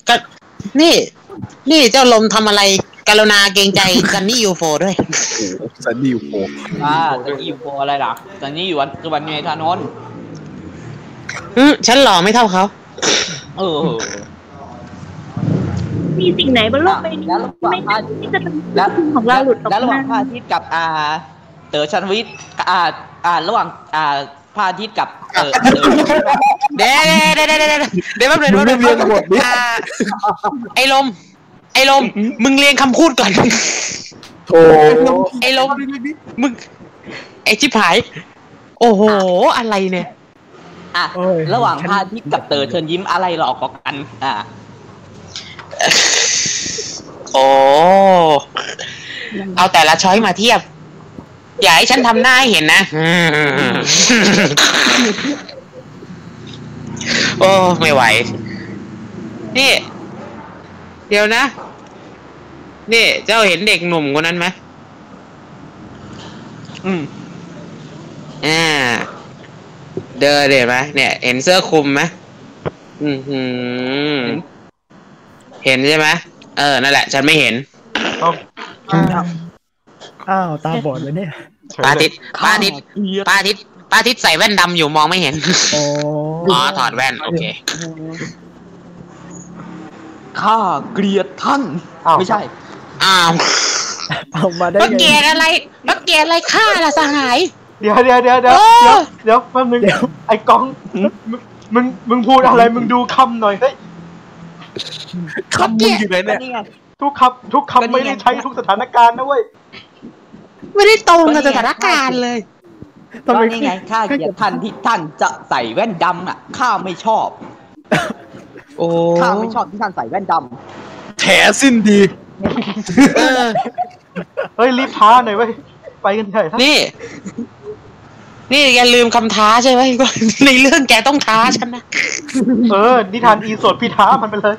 S4: ก็ นี่ นี่เจ้าลมทำอะไรกรุณาเกรงใจกันนี่ยูโฟด้วย
S5: สันดีอยู่โห
S2: อ่าตะกี้อยู่โปรอะไรล่ะตอนนี้อยู่วันจุบันเมธานนท์
S4: อืมฉันหล่อไม่เท่าเขา
S2: เออ
S7: มีสิ่งไหนบนโลกใบนี้
S2: แล้วระหว่าง
S7: ไม่น่า
S2: พา
S7: ที่จะเป็น
S2: แล้ว
S7: ของเราหลุดออก
S2: แล้วระห
S7: มา
S2: ว่างพระอาทิตย์กับอ่า เต๋อชันวิทย์กับอ่าอ่าระหว่างอ่าพระอาทิตย์กับเต๋อเต๋อ
S4: เดี๋ยวเดี๋ยวเดี๋ยวเดี๋ยวเดี๋ยวแป๊บนึงแป๊บนึง
S5: มึงเรียงกันหมดดิ
S4: อ่าไอ้ลม ไอ้ลม มึงเรียงคำพูดก่อน
S5: โธ่
S4: ไอ้ลม มึง ไอ้ชิบหาย โอ้โห อะไรเนี่ย
S2: อ่ะ
S5: โอ้ย
S2: ระหว่างพระอาทิตย์กับเต๋อเชิญยิ้มอะไรหลอกกว่ากัน อ่า
S4: โอ้ เอาแต่ละช้อยมาเทียบ อย่าให้ฉันทำหน้าให้เห็นนะ โอ้ ไม่ไหว นี่ เดี๋ยวนะ นี่ เจ้าเห็นเด็กหนุ่มคนนั้นไหมอืมอ่า เดินเห็นไหมเนี่ย เห็นเสื้อคลุมไหมอือหือ เห็นใช่ไหมเออ นั่นแหละ ฉันไม่เห็น
S1: ต้อง
S9: อ้าว ตาบอดเลยเนี่ย
S1: เฉย
S4: ป้า
S1: เล
S4: ทิ
S1: ย
S4: ตย์ป้าทิตย์ป้าทิตย์ป้าทิตย์ใส่แว่นดำอยู่มองไม่เห็น
S9: โอ้
S4: อ๋อ ถอดแว่น โอเค
S2: ข้าเกลียดท่าน
S1: อ้าว
S2: ไม่ใช่
S4: อ้าว
S9: เอามาได้
S4: มาเก
S9: ไง
S4: ลียดอะไรมาเกลียดอะไรข้าล่ะสหาย
S1: เดี๋ยวเดี๋ยวเดี๋ยวเดี๋ยว
S4: โอ้
S1: เดี๋ยวเดี๋ยวแป๊บนึง
S9: เดี๋ยว
S1: ไอ้กล้องมึงมึงมึงพูดอะไรมึงดูคำหน่อยเฮ้ย
S5: คำมึงอยู่ไหนเนี่ย
S1: ทุกคำทุก
S2: ก็นี่
S1: คำไม่ได้
S2: ไง
S1: ใช้ทุกสถานการณ์นะเว้ย
S8: ไม่ได้ตรงกับสถานการณ์เลย
S9: ทำ
S2: ก็
S9: ไม
S2: นี่ไงข้าเกลียดท่านที่ท่านจะใส่แว่นดำอ่ะข้าไม่ชอบ
S4: โอ้
S2: ข้าไม่ชอบที่ท่านใส่แว่นดำ
S5: แถสิ้นดี
S4: เออ
S1: เฮ้ยรีบท้าหน่อยเว้ยไปกันเถอะ
S4: นี่ นี่แกลืมคำท้าใช่ไหม ในเรื่องแกต้องท้าฉันนะ
S1: เออนิทานอีสดพี่ท้ามันไปเลย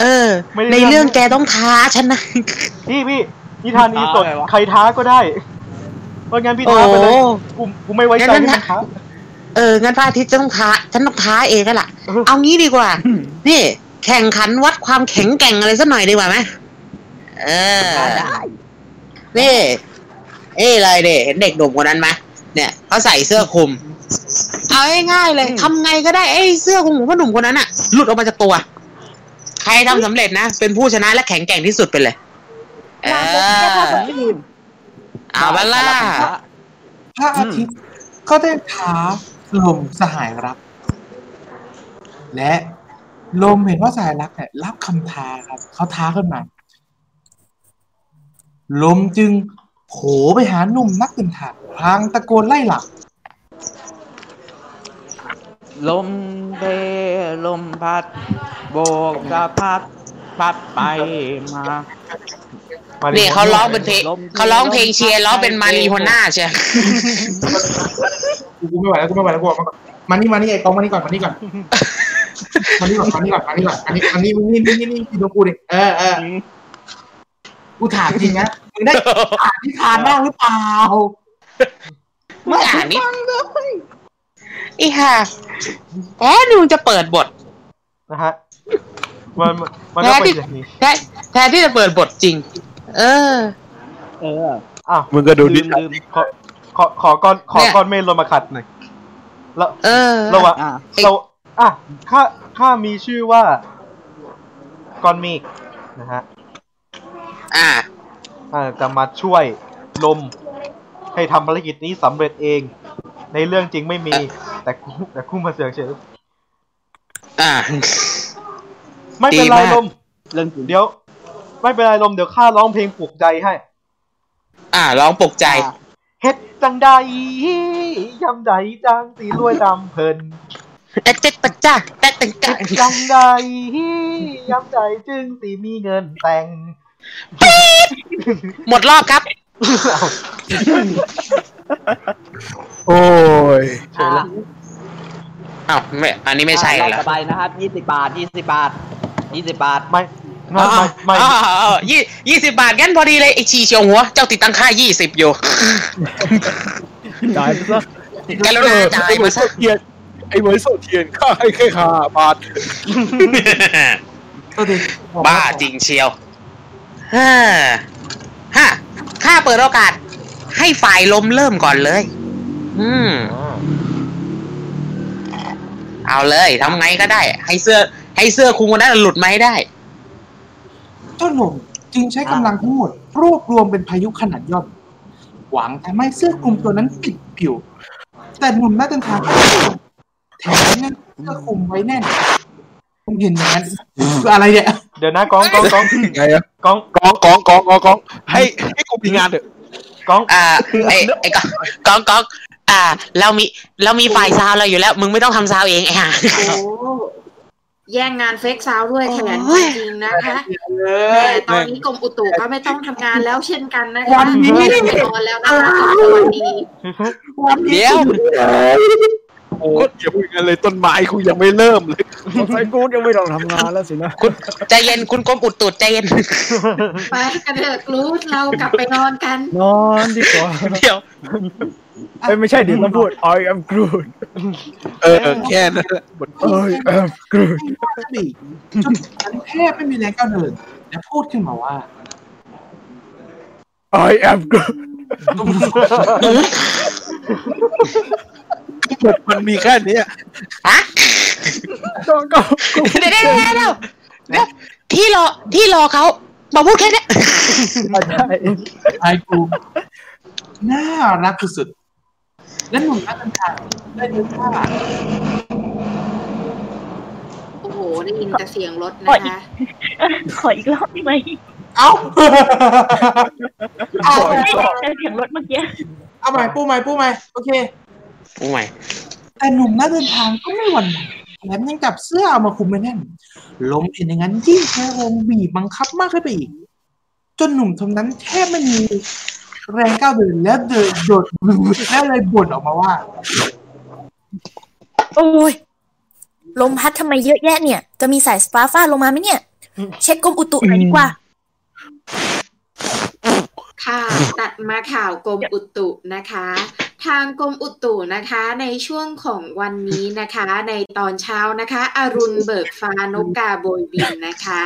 S4: เออ
S1: ไม่ได้
S4: ในเรื่องแกต้องท้าฉันนะ
S1: พี่พี่นิทานอีสด
S2: ท้าอะไรวะ
S1: ใครท้าก็ได้เพราะงั้นพี่ท้าไปเลย
S4: โอ้
S1: กูกูไม่ไว้ใจ
S4: งั้น
S1: ที่
S4: งั้
S1: มัน
S4: น
S1: ท้า
S4: เออ งั้นพระอาทิตย์จะต้องท้า ฉันต้องท้าเองก็ล่ะ
S1: เออ
S4: เอางี้ดีกว่า นี่ แข่งขันวัดความแข็งแกร่งอะไรสักหน่อยดีกว่าไหมเออ
S2: ได้
S4: นี่ เอ้อะไรเด็เห็นเด็กหนุ่มคนนั้นไหมเนี่ยเขาใส่เสื้อคลุม เอาง่ายๆเลยทำไงก็ได้ไอ้เสื้อคลุมของพ่อหนุ่มคนนั้นอะหลุดออกมาจากตัว ใครทำสำเร็จนะ เป็นผู้ชนะและแข็งแกร่งที่สุดไปเลย เออเอาบ้าล่ะ
S3: พระอาทิตย์ก็ได้ท้าลมสหายรัก และลมเห็นว่าสหายรักเนี่ยรับคำท้าครับเขาท้าขึ้นมา ลมจึงโผไปหาหนุ่มนักเดินทางพลางตะโกนไล่หลัง
S2: ลมเพลมพัด โบกกระพัดพัดไปมา
S1: มาดิ
S4: นี่เขาร้องเป็นเพลงเขาร้องเพลงเชียร์ร้องเป็นมารีโฮน่าเชียร์
S3: กูไม่ไหวแล้วกูไม่ไหวแล้วกูออกมาก่อนมานี่มานี่ไอ้กองมานี่ก่อนมา นี่ก่อนมานี่ก่อนมานี่ก่อนมานี่ก่อนมานี่มานี่มึงนี่นี่นี่นี่กินของกูดิเออเออกูถามจริงนะมึงได้อ่านนิทานบ้างหรือเปล่า
S4: มึงอ่านนิดอีห่าแอนนูจะเปิดบท
S1: นะฮะมันมันก็เป็นอย่างนี้
S4: แทนแทนที่จะเปิดบทจริง เออ
S2: เออ
S1: อ้าว
S5: มึงก็ดูดิ
S2: ลืม
S1: ขอขอขอก้อนขอก้อนเมฆลงมาขัดหน่อยแล้ว
S4: เออ
S1: ระหว่าง
S2: อ่ะ
S1: เราอ่ะข้าข้ามีชื่อว่าก้อนเมฆนะฮะ
S4: อ่า
S1: อ่าจะมาช่วยลม ให้ทำภารกิจนี้สำเร็จเอง ในเรื่องจริงไม่มี แต่กูแต่กูมาเสือกเฉย
S4: อ่า
S1: ไม่เป็นไร
S4: ดีมาก
S1: ลม
S2: เรื่องจริง
S1: เดี๋ยว ไม่เป็นไรลมเดี๋ยวข้าร้องเพลงปลุกใจให้
S4: อ่าร้องปลุกใจ
S1: เฮ็ดจังใดยำใดจังสีรวยดำเพลิน
S4: แต่เจ็ดปัจจ้าแต่ตึงกะ
S1: จำได้ยำใจจึงสีมีเงินแต่ง
S4: หมดรอบครับ
S5: โอ้ย
S1: เฉยละ
S4: อ้าวไม่ อันนี้ไม่ใช่
S2: อ่ะ
S4: แล้ว
S2: ต่อไปนะครับยี่สิบบาทยี่สิบบาทยี่สิบบาท
S1: ไม่ไม่
S4: อ้าว
S1: ไม่
S4: อ้าวอ้าวยี่ยี่สิบบาทงั้นพอดีเลยไอชีเชียวหัว เจ้าติดตังค่ายี่สิบอยู่
S9: ตายไปซะ
S4: กันแล้วนะจ่ายมา ซะ
S5: เทียนไอ้เหมยโซเทียนข้าให้แค่ขาบาท
S3: ตัวเด็กบอกว่
S4: บ้าจริงเชียวฮ่าฮ่าข้าเปิดโอกาส ให้ฝ่ายลมเริ่มก่อนเลย อืม เอาเลยทำไงก็ได้ ให้เสื้อ ให้เสื้อคลุมคนนั้นหลุดมาให้ได้
S3: เจ้าลมจึงใช้กำลังทั้งหมด รวบรวมเป็นพายุขนาดย่อม หวังทำให้เสื้อคลุมตัวนั้นปิดผิว แต่หนุ่มหน้าตันทางแถมยังเสื้อคลุมไว้แน่นผมเห็นอย่างนั้นคืออะไรเนี่ย
S1: เดี๋ยวนะก้องก้องก้อง
S5: ไงอะ
S1: ก้อง
S5: กองกองกองกองกองให้ให้กูมีงานเถอะ
S1: ก้อง
S4: อ่าไอไอกองกองกองอ่า เรามีเรามีฝ่ายซาวเราอยู่แล้ว มึงไม่ต้องทำซาวเองไอ้ห่า
S6: โอ้แย่งงานเฟกซาวด้วยแขน
S8: โอ้ย
S6: จริงๆนะคะแต่ตอนนี้กรมอุตุก็ไม่ต้องทำงานแล้วเช่นกันนะคะ
S3: วันนี้
S6: ไม่ต้องไปนอนแล้วนะคะสวัสดี
S5: เดี๋ยว โอ้ยอย่าพูดอย่างนั้นเลยต้นไม้กูยังไม่เริ่มเลย
S9: สงสัยกูจะไม่ต้องทำงานแล้วสินะ
S4: คุณใจเย็นคุณกรมอุดตูดใจเย็น
S6: ไปกันเถอะกรูดเรากลับไปนอนกัน
S9: นอนดีกว่า
S4: เดี๋ยว
S9: เอ้ยไม่ใช่เดี๋ยวต้องพูด I am Groot
S5: เออแค่นั้นแหละบน
S9: I am Groot
S3: ไม่ว่าจะบีบจนฉันแทบไม่มีแรงก้าวเดิน และพูดขึ้นมาว่า
S9: I am Groot
S5: บทมันมีแค่เนี้ย
S4: ฮะ
S9: ก็ก็
S4: เดี๋ยวเดี๋ยวเดี๋ยวเดี๋ยวเดี๋ยวที่รอที่รอเขามาพูดแค่เนี้ย
S9: ได้
S3: ไอ้กูน่ารักสุดๆและหนุ่มนักต่างๆได้นึกว่า
S6: โอ้โห ได้ยินแต่เสียงรถ
S7: โอ้
S6: นะ
S7: ย
S6: คะ
S7: ขออีกรอบได้ไหม
S3: เอ้า
S7: ขอได้แต่เสียงรถเมื่อกี้
S3: เอาใหม่ปูใหม่ปูใหม่โอเค
S4: โอ้ย
S3: แต่หนุ่มนักเดินทางก็ไม่หวั่นไหวแถมยังกลับเสื้อเอามาคลุมไว้แน่นลมเห็นอย่างนั้นยิ่งใช้แรงบีบบังคับมากขึ้นไปอีก จนหนุ่มทอมนั้นแทบไม่มีแรงก้าวเดินและเดินโดด และเลยบ่นออกมาว่า
S7: โอ้ย ลมพัดทำไมเยอะแยะเนี่ย จะมีสายฟ้าฟาดลงมาไหมเนี่ย เช็คกรมอุตุหน่อยดีกว่า
S6: ค่ะ ตัดมาข่าวกรมอุตุนะคะ ทางกรมอุตุนะคะในช่วงของวันนี้นะคะ ในตอนเช้านะคะอรุณเบิกฟ้านกกาโบยบินนะคะ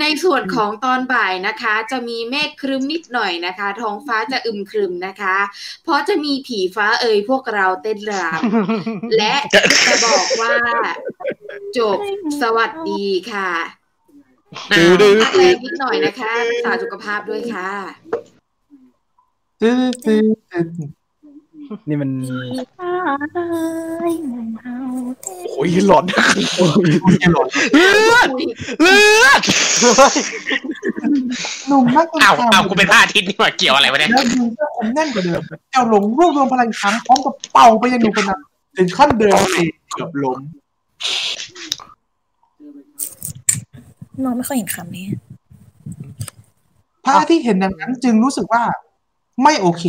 S6: ในส่วนของตอนบ่ายนะคะ จะมีเมฆครึ้มนิดหน่อยนะคะ ท้องฟ้าจะอึมครึมนะคะ เพราะจะมีผีฟ้าเอ่ยพวกเราเต้นรำ และจะบอกว่าจบสวัสดีค่ะ
S5: ดื้อดื้อ
S6: อัดแรงนิดหน่อยนะคะรักษาสุขภาพด้วยค่ะ
S9: นี่มัน
S5: โอ้ยหลอน
S4: เลือด
S3: หนุ่มนักเดิน
S4: อ้าว
S3: ทาง
S4: อ้าวกูเป็นพระอาทิตย์นี่หว่าเกี่ยวอะไรวะเนี่ย
S3: แล้วดึงเสื้อคลุมแน่นกว่าเดิมเจ้าหลงรวบรวมพลังอีกครั้งพร้อมกับเป่าไปยังหนุ่มคนนั้นถึงขั้นเดินเองเกือบล้ม
S7: น้องไม่ค่อยเห็นคำนี้
S3: พระที่เห็นดังนั้นจึงรู้สึกว่า ไม่โอเค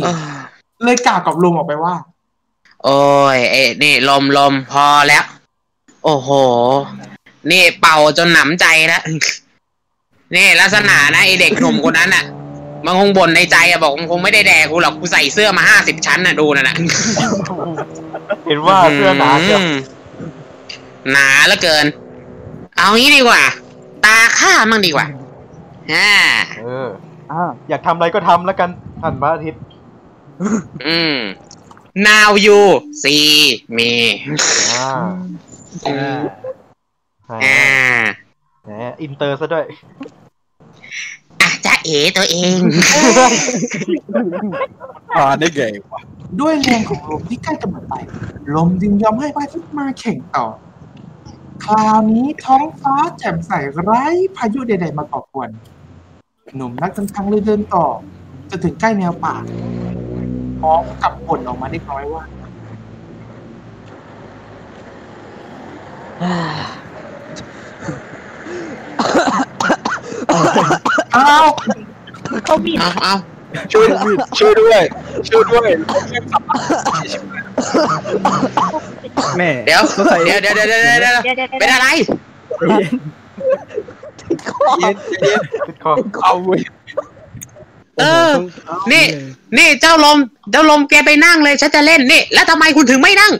S3: เลยกล่าวกับลมออกไปว่า
S4: โอ้ยเอ้นี่ลมลมพอแล้ว โอ้โห นี่เป่าจนหนำใจแล้ว นี่ลักษณะนะไอเด็กหนุ่มคนนั้นน่ะ มันคงบ่นในใจอะบอกมันคงไม่ได้แดกกูหรอกกูใส่เสื้อมาห้าสิบชั้นน่ะดูน่ะนะ
S1: เห็นว่าเสื้อหนาเชียว
S4: อืมหนาเหลือเกิน เอางี้ดีกว่า ตาข้ามั่งดีกว่าอ่า
S1: เอออ่ะอยากทำอะไรก็ทำแล้วกันท่านพระอาทิตย์
S4: อืม now you see me
S1: อ่า
S4: อ่า
S1: แหมอินเตอร์ซะด้วย
S4: อ่ะจ้าเอ๋ตัวเอง
S5: อ่านได้ไงวะ
S3: ด้วยแรงของลมที่ใกล้จะหมดไป ลมจึงยอมให้พระอาทิตย์มาแข่งต่อ คราวนี้ท้องฟ้าแจ่มใสไร้พายุใด ๆ มาก่อกวน หนุ่มนักเดินทางเลยเดินต่อจะถึงใกล้แนวป่าพร้อมกับบ่นออกมาเล็กน้อยว่า อ้าว
S4: เอาเอา
S5: ช่วยด้วยช่วยด้วยช่วยด้วย
S9: แม่
S4: เดี๋ยวเดี๋ยวเดี๋ยวเดี๋ยวเดี๋ยวเดี๋ยว
S7: เดี๋ยวเดี๋ยว
S4: เป็นอะไร
S5: เย็นเย็น
S1: ติดคอ
S5: เอาเว้ย
S4: เออ นี่ นี่เจ้าลม เจ้าลมแกไปนั่งเลย ฉันจะเล่นนี่ แล้วทำไมคุณถึงไม่นั่ง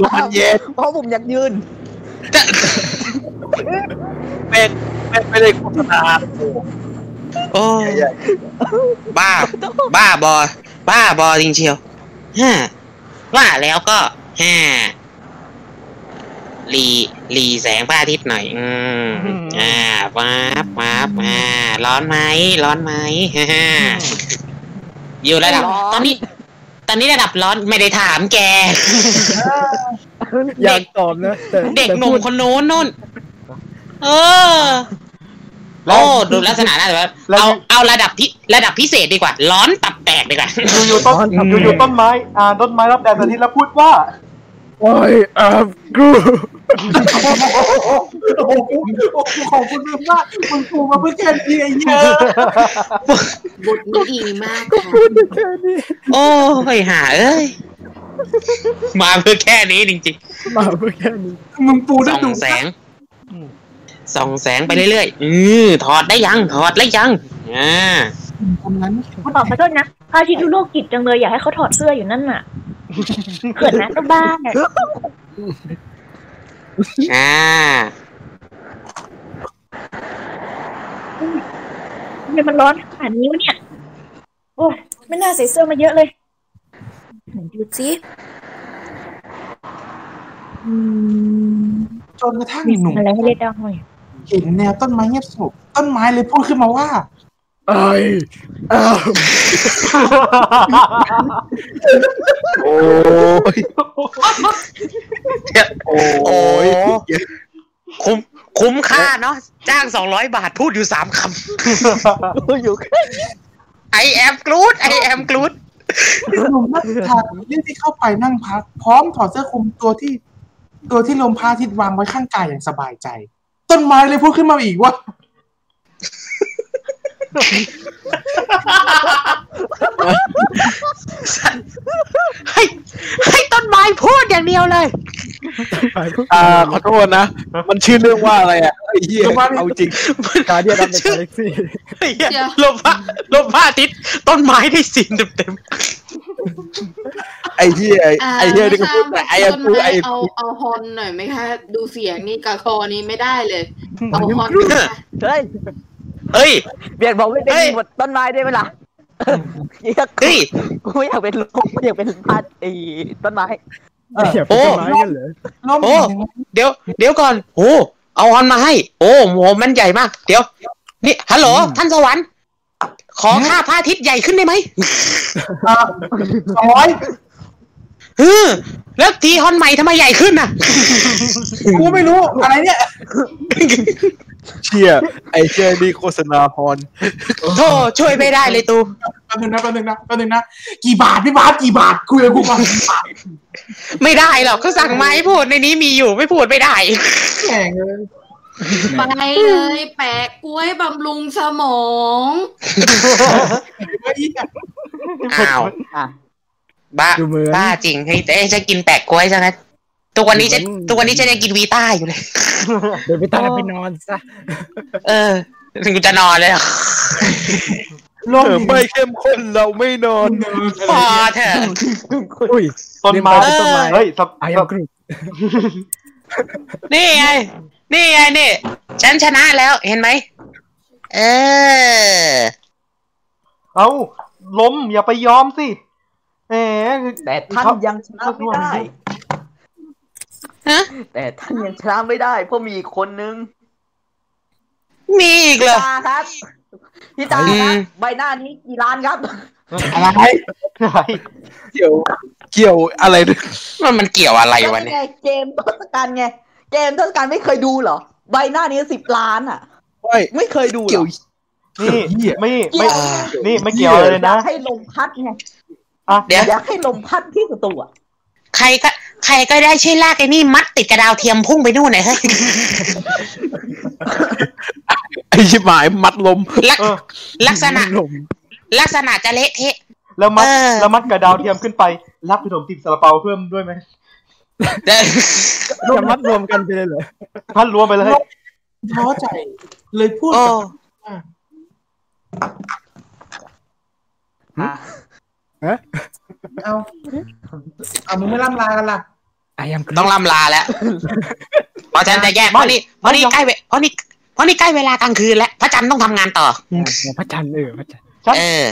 S5: ลมมันเย็น
S10: เพราะผมอยากยืน
S4: จะ
S5: เป็นเป็นไม่ได้โฆษณาโอ้
S4: โอ้บ้า บ้าบอ บ้าบอจริงเชียวฮะว่าแล้วก็ฮะ รีรีแสงพระอาทิตย์หน่อย อืม
S9: อืม
S4: อ่าว้าบว้าบอ่าร้อนไหมร้อนไหมฮ่าฮ่าอยู่ระดับ
S2: ร้อน
S4: ตอนนี้ ตอนนี้ระดับร้อนไม่ได้ถามแก
S9: อยากตอบนะแต่
S4: เด็ก
S9: แต่
S4: หนุ่ม
S9: พูด
S4: คนนู้นนู่น เออ
S1: แล้ว
S4: โอ้ดูลักษณะน่าจะแบบ
S1: แล้ว
S4: เอาเอาระดับพิระดับพิเศษดีกว่า ร้อนตับแตกดีกว่า
S1: อยู่ๆต้นอยู่ๆต้นไม้ อ่านต้นไม้รับแดดสนิทแล้วพูดว่า
S9: โอ้ยอ่ากู
S3: โอ้โหขอบคุณมากมึงกูมาเพื่อแค่นี้ไอ้เหี้ย
S6: บทนี้ดีมากค่ะ
S4: โอ้ยหาเอ้ย มาเพื่อแค่นี้จริง
S9: มาเพื่อแค่นี้
S3: มึงปู
S4: ๆ
S3: ได้
S4: ส่อง
S3: ดู
S4: แสงส่องแสงไปเรื่อยๆอือถอดได้ยังถอดได้ยังอ่า
S3: คนนั้น
S7: บอกขอโทษนะพระอาทิตย์ดูโลกกิจจังเลยอยากให้เขาถอดเสื้ออยู่นั่นน่ะเขินนะเจ้าบ้านเนี่ย
S4: อ่า
S7: ทำไมมันร้อนขนาดนี้วะเนี่ย โอ้ยไม่น่าใส่เสื้อมาเยอะเลยไหนดูสิอืม
S3: จนกระทั่ง
S7: มี
S3: หนุ่ม
S7: อะไรให้เลือกเอาหน่อย
S3: เห็นแนวต้นไม้เงียบสงบต้นไม้เลยพูดขึ้นมาว่า
S9: ไอ้อ้าว
S5: โอ้ยโอ้ย
S4: คุ้มคุ้มค่าเนาะจ้างสองร้อยบาทพูดอยู่สามค
S5: อยู่
S4: ำไอแอมกรูดไอแอมกรูด
S3: หนุ่มนักทานเรื่องที่เข้าไปนั่งพัก พร้อมถอดเสื้อคลุมตัวที่ ตัวที่ลมพาทิตวางไว้ข้างกายอย่างสบายใจ ต้นไม้เลยพูดขึ้นมาอีกว่า
S4: ให้ให้ต้นไม้พูดอย่างเดียวเลย
S9: ตายพวก
S5: อ่าขอโทษนะ มันชื่อเรื่องว่าอะไรอ่ะไอ้เหี้ย
S3: เรื่องว่า
S5: เอาจริง
S9: การเดียดันในกาแล็กซี่
S4: ไอ้เหี้ย
S6: เดี๋ยว
S4: ลมพระลมพระอาทิตย์ต้นไม้ได้สีเต็ม
S5: ไอ้เหี้ยไอ้
S6: อ่า
S5: ไอ้เหี้ยนี่ก็พูดแต่ไอ้อะกู
S6: ต้นม้
S5: ไอ้
S6: เอาเอาฮอนหน่อยไหมคะ ดูเสียงนี่กับคอนี้ไม่ได้เลย เอาฮอน
S10: เฮ้ย
S4: ๆเอ้ย
S10: เบียดบอกไม่ได้
S4: เฮ้ย
S10: หมดต้นไม้ได้ไหมล่ะเหี้ย
S4: เฮ้ย
S10: กูไม่อยากเป็นลูกไม่อยากเป็นพันไอ้ต้นไม้
S9: อย่าเป็นต้นไม้กันเหรอ
S3: ลม
S4: โอ้
S3: เย็น
S4: เดี๋ยว เดี๋ยวก่อนโอ้เอาฮอนมาให้ โอ้โหมันใหญ่มาก เดี๋ยว นี่ฮัลโหลท่านสวรรค์ ขอค่าพระอาทิตย์ใหญ่ขึ้นได้ไหม
S3: อ่ะสอย
S4: เออแล้วทีฮอนใหม่ทำไมใหญ่ขึ้นน่ะ
S3: กูไม่รู้อะไรเนี่ย
S5: เชี่ยไอ้เชี่ยนี่โฆษณาพร
S4: โทษช่วยไม่ได้เลยตู
S3: แป๊บนึงนะแป๊บนึงนะแป๊บนึงนะกี่บาทพี่บาทกี่บาทคุยกับกูก่อนกี่บาท
S4: ไม่ได้หรอกเขาสั่งมาให้พูดในนี้มีอยู่ไม่พูดไม่ได้
S3: แข่งเลย
S6: ไปเลยแปะกล้วยบำรุงสมอง
S3: ไอ้เหี้ย
S4: อ้าว
S2: อ่ะ
S4: บ้า
S9: ดูมือ
S4: บ้าจริงเฮ้ยแต่ฉันกินแปะกล้วยซะงั้นทุกวันนี้ฉันทุกวันนี้ฉันยังกินวีต้าอยู่เลย
S9: เดี๋ยวไปตายไปนอนซะ
S4: เออถึงกูจะนอนเลยเหรอ
S3: ลม
S5: เออไม่เข้มข้นเราไม่นอน
S3: เนิน
S4: พอเถอะ
S9: อุ้ย
S1: ต้นไม้
S4: เรียนไปเป็นต้นไม้
S1: เฮ้ยสับ
S9: ไอ้
S1: สับ
S9: กรุด
S4: นี่ไง นี่ไงนี่ฉันชนะแล้วเห็นไหม เออ
S1: เอ้าล้มอย่าไปยอมสิแหม
S10: แต่ท่าน
S1: ครับ
S10: ยังชนะไม่ได้
S4: ฮะ
S10: แต่ท่านยังชนะไม่ได้ เพราะมีอีกคนนึง
S4: มีอีกเหรอ
S10: ตาครับพี่ตา
S4: อื
S10: ครั
S4: ม
S10: บใบหน้านี้กี่ล้านครับ
S3: อะไร
S1: อะไร
S5: เกี่ยว เกี่ยวอะไรด้วย
S4: มันมันเกี่ยวอะไรวะ
S10: แล้ว
S4: เนี่ย
S10: ไงเกมทศกัณฐ์ไง เกมทศกัณฐ์ไม่เคยดูเหรอ ใบหน้านี้สิบล้านอ่ะ
S5: ไม่
S10: ไม่เคยดูเหร
S5: เกี่ยว
S10: อ
S1: นี่
S5: เหี้ย
S1: ไม่
S10: เกี่
S1: ไม่
S10: ยว
S1: นี่ไม่เกี่ยวอะไรเลย
S10: อยา
S1: นะ
S10: กให้ลมพัดไง
S1: อ่ะ
S4: เดี๋ยว
S10: อยากให้ลมพัดที่สตูอะ
S4: ใครก็ใครก็ได้ช่วยลากไอ้นี่มัดติดกระดาวเทียมพุ่งไปนู่นหน่อยเฮ้ย
S5: ไอ้ชิบหายมัดลม
S4: ลัก
S1: เออ
S4: ลักษณะ
S9: ลม
S4: ลักษณะจะเละเทะ
S1: แล้วมัด
S4: เออ
S1: แล้วมัดกระดาวเทียมขึ้นไป รับขนมติบซาลาเปาเพิ่มด้วยไหม
S4: แต่
S9: จะมัดรวมกันไปเลยเหรอ
S1: พันรวมไปเลย
S3: ท้อใจ เลยพูด
S4: โอ้
S3: กับ
S10: อ่ะ
S3: เอาเอามึงไม่ล่ำลากันล่ะ
S9: ไอ้ยังกรุด
S4: ต้องล่ำลา แล้วเพราะฉะนันจะแยกเพราะนี่เพราะนี่ใกล้เวเพราะนี่เพราะนี่ใกล้เวลากลางคืนแล้วพระจันทร์ต้องทำงานต่อ
S9: โอ้โหพระจันทร์เออพระจันทร์
S1: ครับ
S4: เออ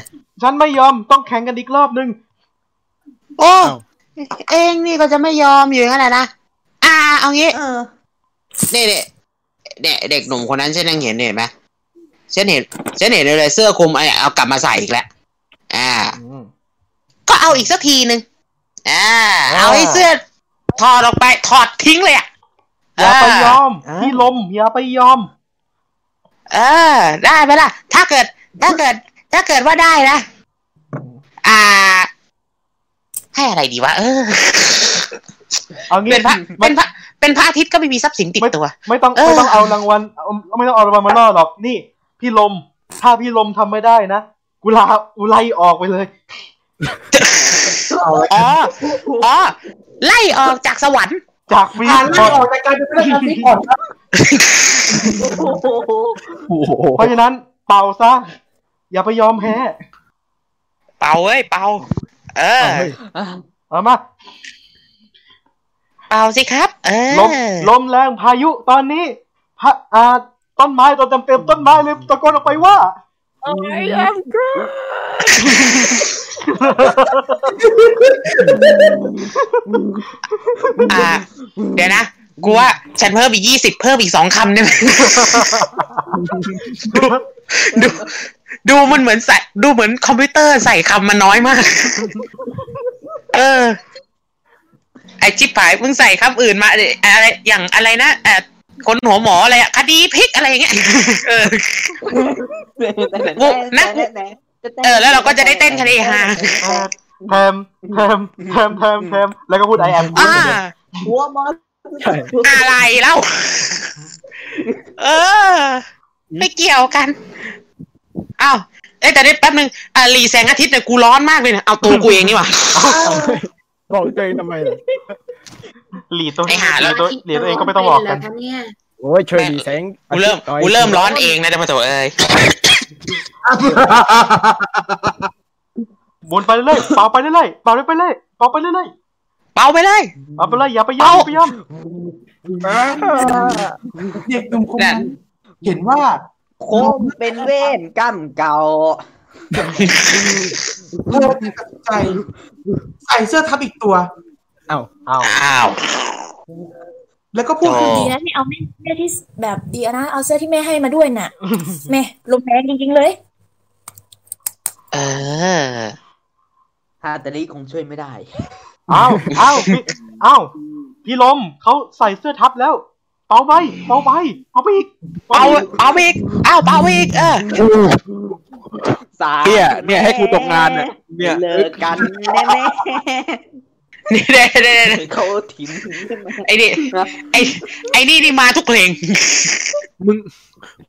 S1: ฉันไม่ยอมต้องแข่งกันอีกรอบนึง
S4: โอ้ เองนี่ก็จะไม่ยอมอยู่อย่างนั้นแหละนะ อ่า เอางี้เนี่ยเนี่ยเด็กเด็กหนุ่มคนนั้นฉันยังเห็นเห็นไหมฉันเห็นฉันเห็นเลยเสื้อคลุมไอ้เอากลับมาใส่อีกแล้วอ่า ก็เอาอีกสักทีหนึ่งอ่า เอาไอ้เสื้อ ถอดออกไปถอดทิ้งเลยอ่ะ
S1: อย่าไปยอม
S4: อ่า
S1: พี่ลมอย่าไปยอม
S4: เออ ได้ไหมล่ะ ถ้าเกิด ถ้าเกิด ถ้าเกิดว่าได้นะ อ่า ให้อะไรดีวะ เออ
S1: เอางี้
S4: เป็นพระ เป็นพระ เป็นพระอาทิตย์ก็ไม่มีทรัพย์สินติดตัว
S1: ไม่ต้อง
S4: เออ
S1: ไม่ต้องเอารางวัลเอาไม่ต้องเอารางวัลมาล่อหรอกนี่ พี่ลม ถ้าพี่ลมทำไม่ได้นะกูลาอุไลออกไปเลย
S4: อ๋อ อ๋อ ไล่ออกจากสวรรค์
S1: จากฟรี
S3: อ่าไล่ออกจากการเป็นพนักงานที่ก่อนครับ
S5: โอ้โห
S1: เพราะฉะนั้นเป่าซะอย่าไปยอมแพ้
S4: เป่าเว้ย เป่า เออ
S1: เอามา
S4: เป่าสิครับ เออ
S1: ลมลมแรงพายุตอนนี้พะอ่าต้นไม้ตัวเต็มเต็มๆต้นไม้เลยตะโกนออกไปว่า
S4: อ่า เดี๋ยวนะ กูว่า ฉันเพิ่มอีกยี่สิบเพิ่มอีกสองคำได้ไหม ดูดู ดูมันเหมือนใส่ดูเหมือนคอมพิวเตอร์ใส่คำมันน้อยมาก เออ ไอจิ๊บผายมึงใส่คำอื่นมาดิอะไรอย่างอะไรนะเอ่อคนหัวหมออะไรอะคดีพลิกอะไรอย่างเงี้ย เออ กูนะกู เออ แล้วเราก็จะได้เต้นคดีฮา
S1: แทมแทมแทมแทมแทมแล้วก็พูด I am
S4: อ่า
S2: หัวมอส
S4: อะไรเล่า เออ ไม่เกี่ยวกัน อ้าวเอ้ยแต่ได้แป๊บนึงอ่ารีแสงอาทิตย์เนี่ยกูร้อนมากเลยเนี่ยเอาตัวกูเองนี่หว่า
S11: บอกตัวเองทำไมล่ะ
S1: หลีดตัว
S4: ไอ้ห่า
S1: ห
S4: แล้
S1: ลีด
S4: ว
S1: ตัวหลีดตัวเองก็ไม่ต้องบอกกัน
S6: เป็นเหรคะเนี่ย
S11: โอ้ยช่วยดีแสง
S4: กูเริ่ม
S11: อาทิตย์หน่อย
S4: กูเริ่มร้อนเองนะเดี๋ยวมาโถเอ้ย
S1: หมุนไปเรื่อยๆเป่าไปเรื่อยๆเป่าไปเรื่อยๆเป่าไปเรื่อย
S4: เป่าไปเลย
S1: ๆเอาไปเลยอย่าไปย่อมอย่าไปย่อม
S3: เด็กหนุ่มคนนั้น
S4: นั่น
S3: เห็นว่า
S2: โคมเป็นเวรกรรมเก่า
S3: เธอตัดสินใจ ใส่เสื้อทับอีกตัว
S1: อ้าว
S4: อ้าว
S3: แล้วก็พูดขึ้น
S7: ดีนะที่เอาแม่แม่ที่แบบดีนะเอาเสื้อที่แม่ให้มาด้วยน่ะ แม่ลมแรงจริงๆเลย
S4: เออ
S2: ฮาตาลิคงช่วยไม่ได้
S1: อ้าวอ้าวพี่อ้าวพี่ลมเขาใส่เสื้อทับแล้ว เป่าไปเป่าไปเป่าไปอีก
S4: เป่าเป่าไปอีก อ้าวเป่าไปอีก เออ
S2: สาม
S5: เนี่ย เนี่ยให้กูตกงานเนี่ยเนี่ย
S2: เลิกกันแน่
S4: นี่เด้เด้เด้
S2: ๆเขาทิ้งขึ้นมา
S4: ไอ้นี่ไอ้ไอ้นี่นี่มาทุกเพลง
S5: มึง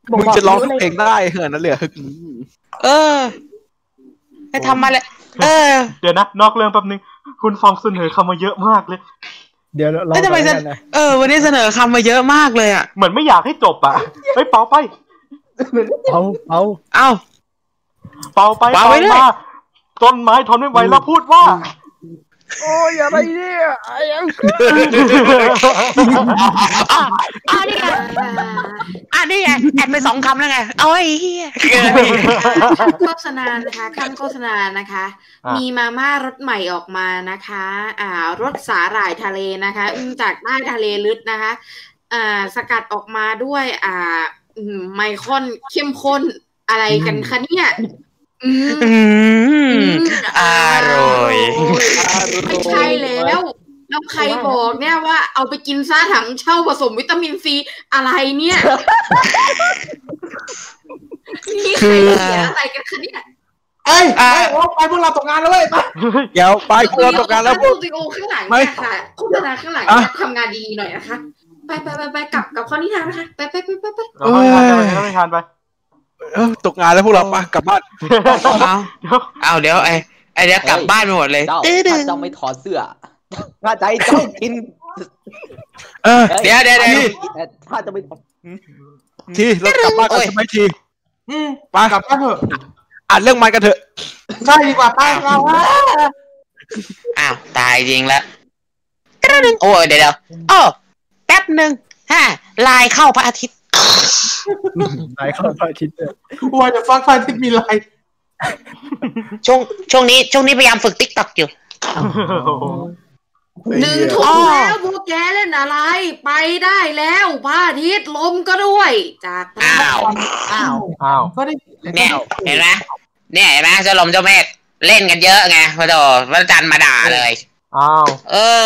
S5: มึงจะร้องเพลงได้เหรอนั่นเหลือ
S4: เออไปทำมาเลยเออ
S1: เดี๋ยวนะนอกเรื่องแป๊บนึงคุณฟองเสนอคำมาเยอะมากเลย
S11: เดี๋ยวเรา
S4: เอ้ยทำไมฉัน
S11: นะ
S4: เออ วันนี้เสนอคำมาเยอะมากเลยอ่ะ
S1: เหมือนไม่อยากให้จบอ่ะเฮ้ยเป่าไป
S11: เอาเอา
S4: เอ้า
S1: เป่าไป
S4: เป่า
S1: เป่า
S4: ไปเรื่อย
S1: มาต้นไม้ทนไม่ไหวแล้วพูดว่า
S4: อ้าวนี่ไง อ่ะนี่ไงแอ ดไปสองคำแล้วไงเอาไอ้เหี้ย
S6: ขั้นโฆษณานะคะขั้นโฆษณานะคะ
S1: อ่ะ
S6: มีมาม่ารสใหม่ออกมานะคะ อ่ารสสาหร่ายทะเลนะคะอืมจากใต้ทะเลลึกนะคะ อ่า สกัดออกมาด้วย อ่าอืมไมคอนเข้มข้นอะไรกันคะเนี่ยอืม
S4: อืม
S6: ม
S4: อร่อย
S6: ไม่ใช่แล้วแล้วใครบอกเนี่ยว่าเอาไปกินซ่าถังเช่าผสมวิตามินซีอะไรเนี่ยนี่ใครเสียอะไรกันคะเนี่ย
S3: เอ้ย
S4: อ่า
S3: เอ้ยโอ๊ยไปพวกเราตกงานแล้วเว้ยไป
S5: เดี๋ยวไปกูเราตกงานแล้วพวก
S6: โฆษณวิดีโอข้างหลัง
S5: ไม่
S6: เนี่ยค่ะโฆษณาข้างหลัง
S5: อ่ะ
S6: เนี่ยทำงานดีๆหน่อยนะคะ ไปไปไปไปกลับกลับข้อนิทานนะคะ ไปไปไปไปไป
S1: เราไม่ทานไปเราไม่ทานไป
S5: เออตกงานแล้วพวกเราไปกลับบ้าน
S4: เอา
S1: เดี๋ยว
S4: เอาเดี๋ยวไอ้ไอ้เดี๋ยวกลับบ้านไปหมดเลย
S2: เจ้า
S4: ตื้อดึ
S2: ถ้าง เจ้าไม่ถอดเสื้อถ้าใจเจ้ากิน
S5: เออ
S4: เดี๋ยวเดี๋ยวเดี๋ยว
S2: ถ้าจะไม่ถอด
S5: ทีเรากลับบ้านกันใช่ไหมที
S3: อืม
S5: ไป
S3: กลับบ้านเถอะ
S5: อ่านเรื่องมันกันเถอะ
S3: ใช่ดีกว่าไปเราว่า
S4: อ้าว ตายจริงแล้วกระดึงโอ้ยเดี๋ยวเดี๋ยวโอ้แป๊บหนึ่งฮะไลายเข้าพระอาทิตย์
S11: ไหนเข้าพระอาทิตย์
S3: What the fuck ไฟที่มีไลน์
S4: ช่วงช่วงนี้ ช่วงนี้พยายามฝึกติ๊กต็อกอยู่
S1: โอ้โห
S6: หนึ่งถูกแล้วพวกแกเล่นอะไร ไปได้แล้วพระอาทิตย์ลมก็ด้วย จาก
S8: อ้าว
S12: อ้าว
S1: อ้าว
S3: ก็ได้
S8: เนี่ยเห็นไหมเนี่ยเห็นไหมเจ้าลมเจ้าเมฆเล่นกันเยอะไงพระโตพระจันทร์มาด่าเลย
S1: อ้าว
S8: เออ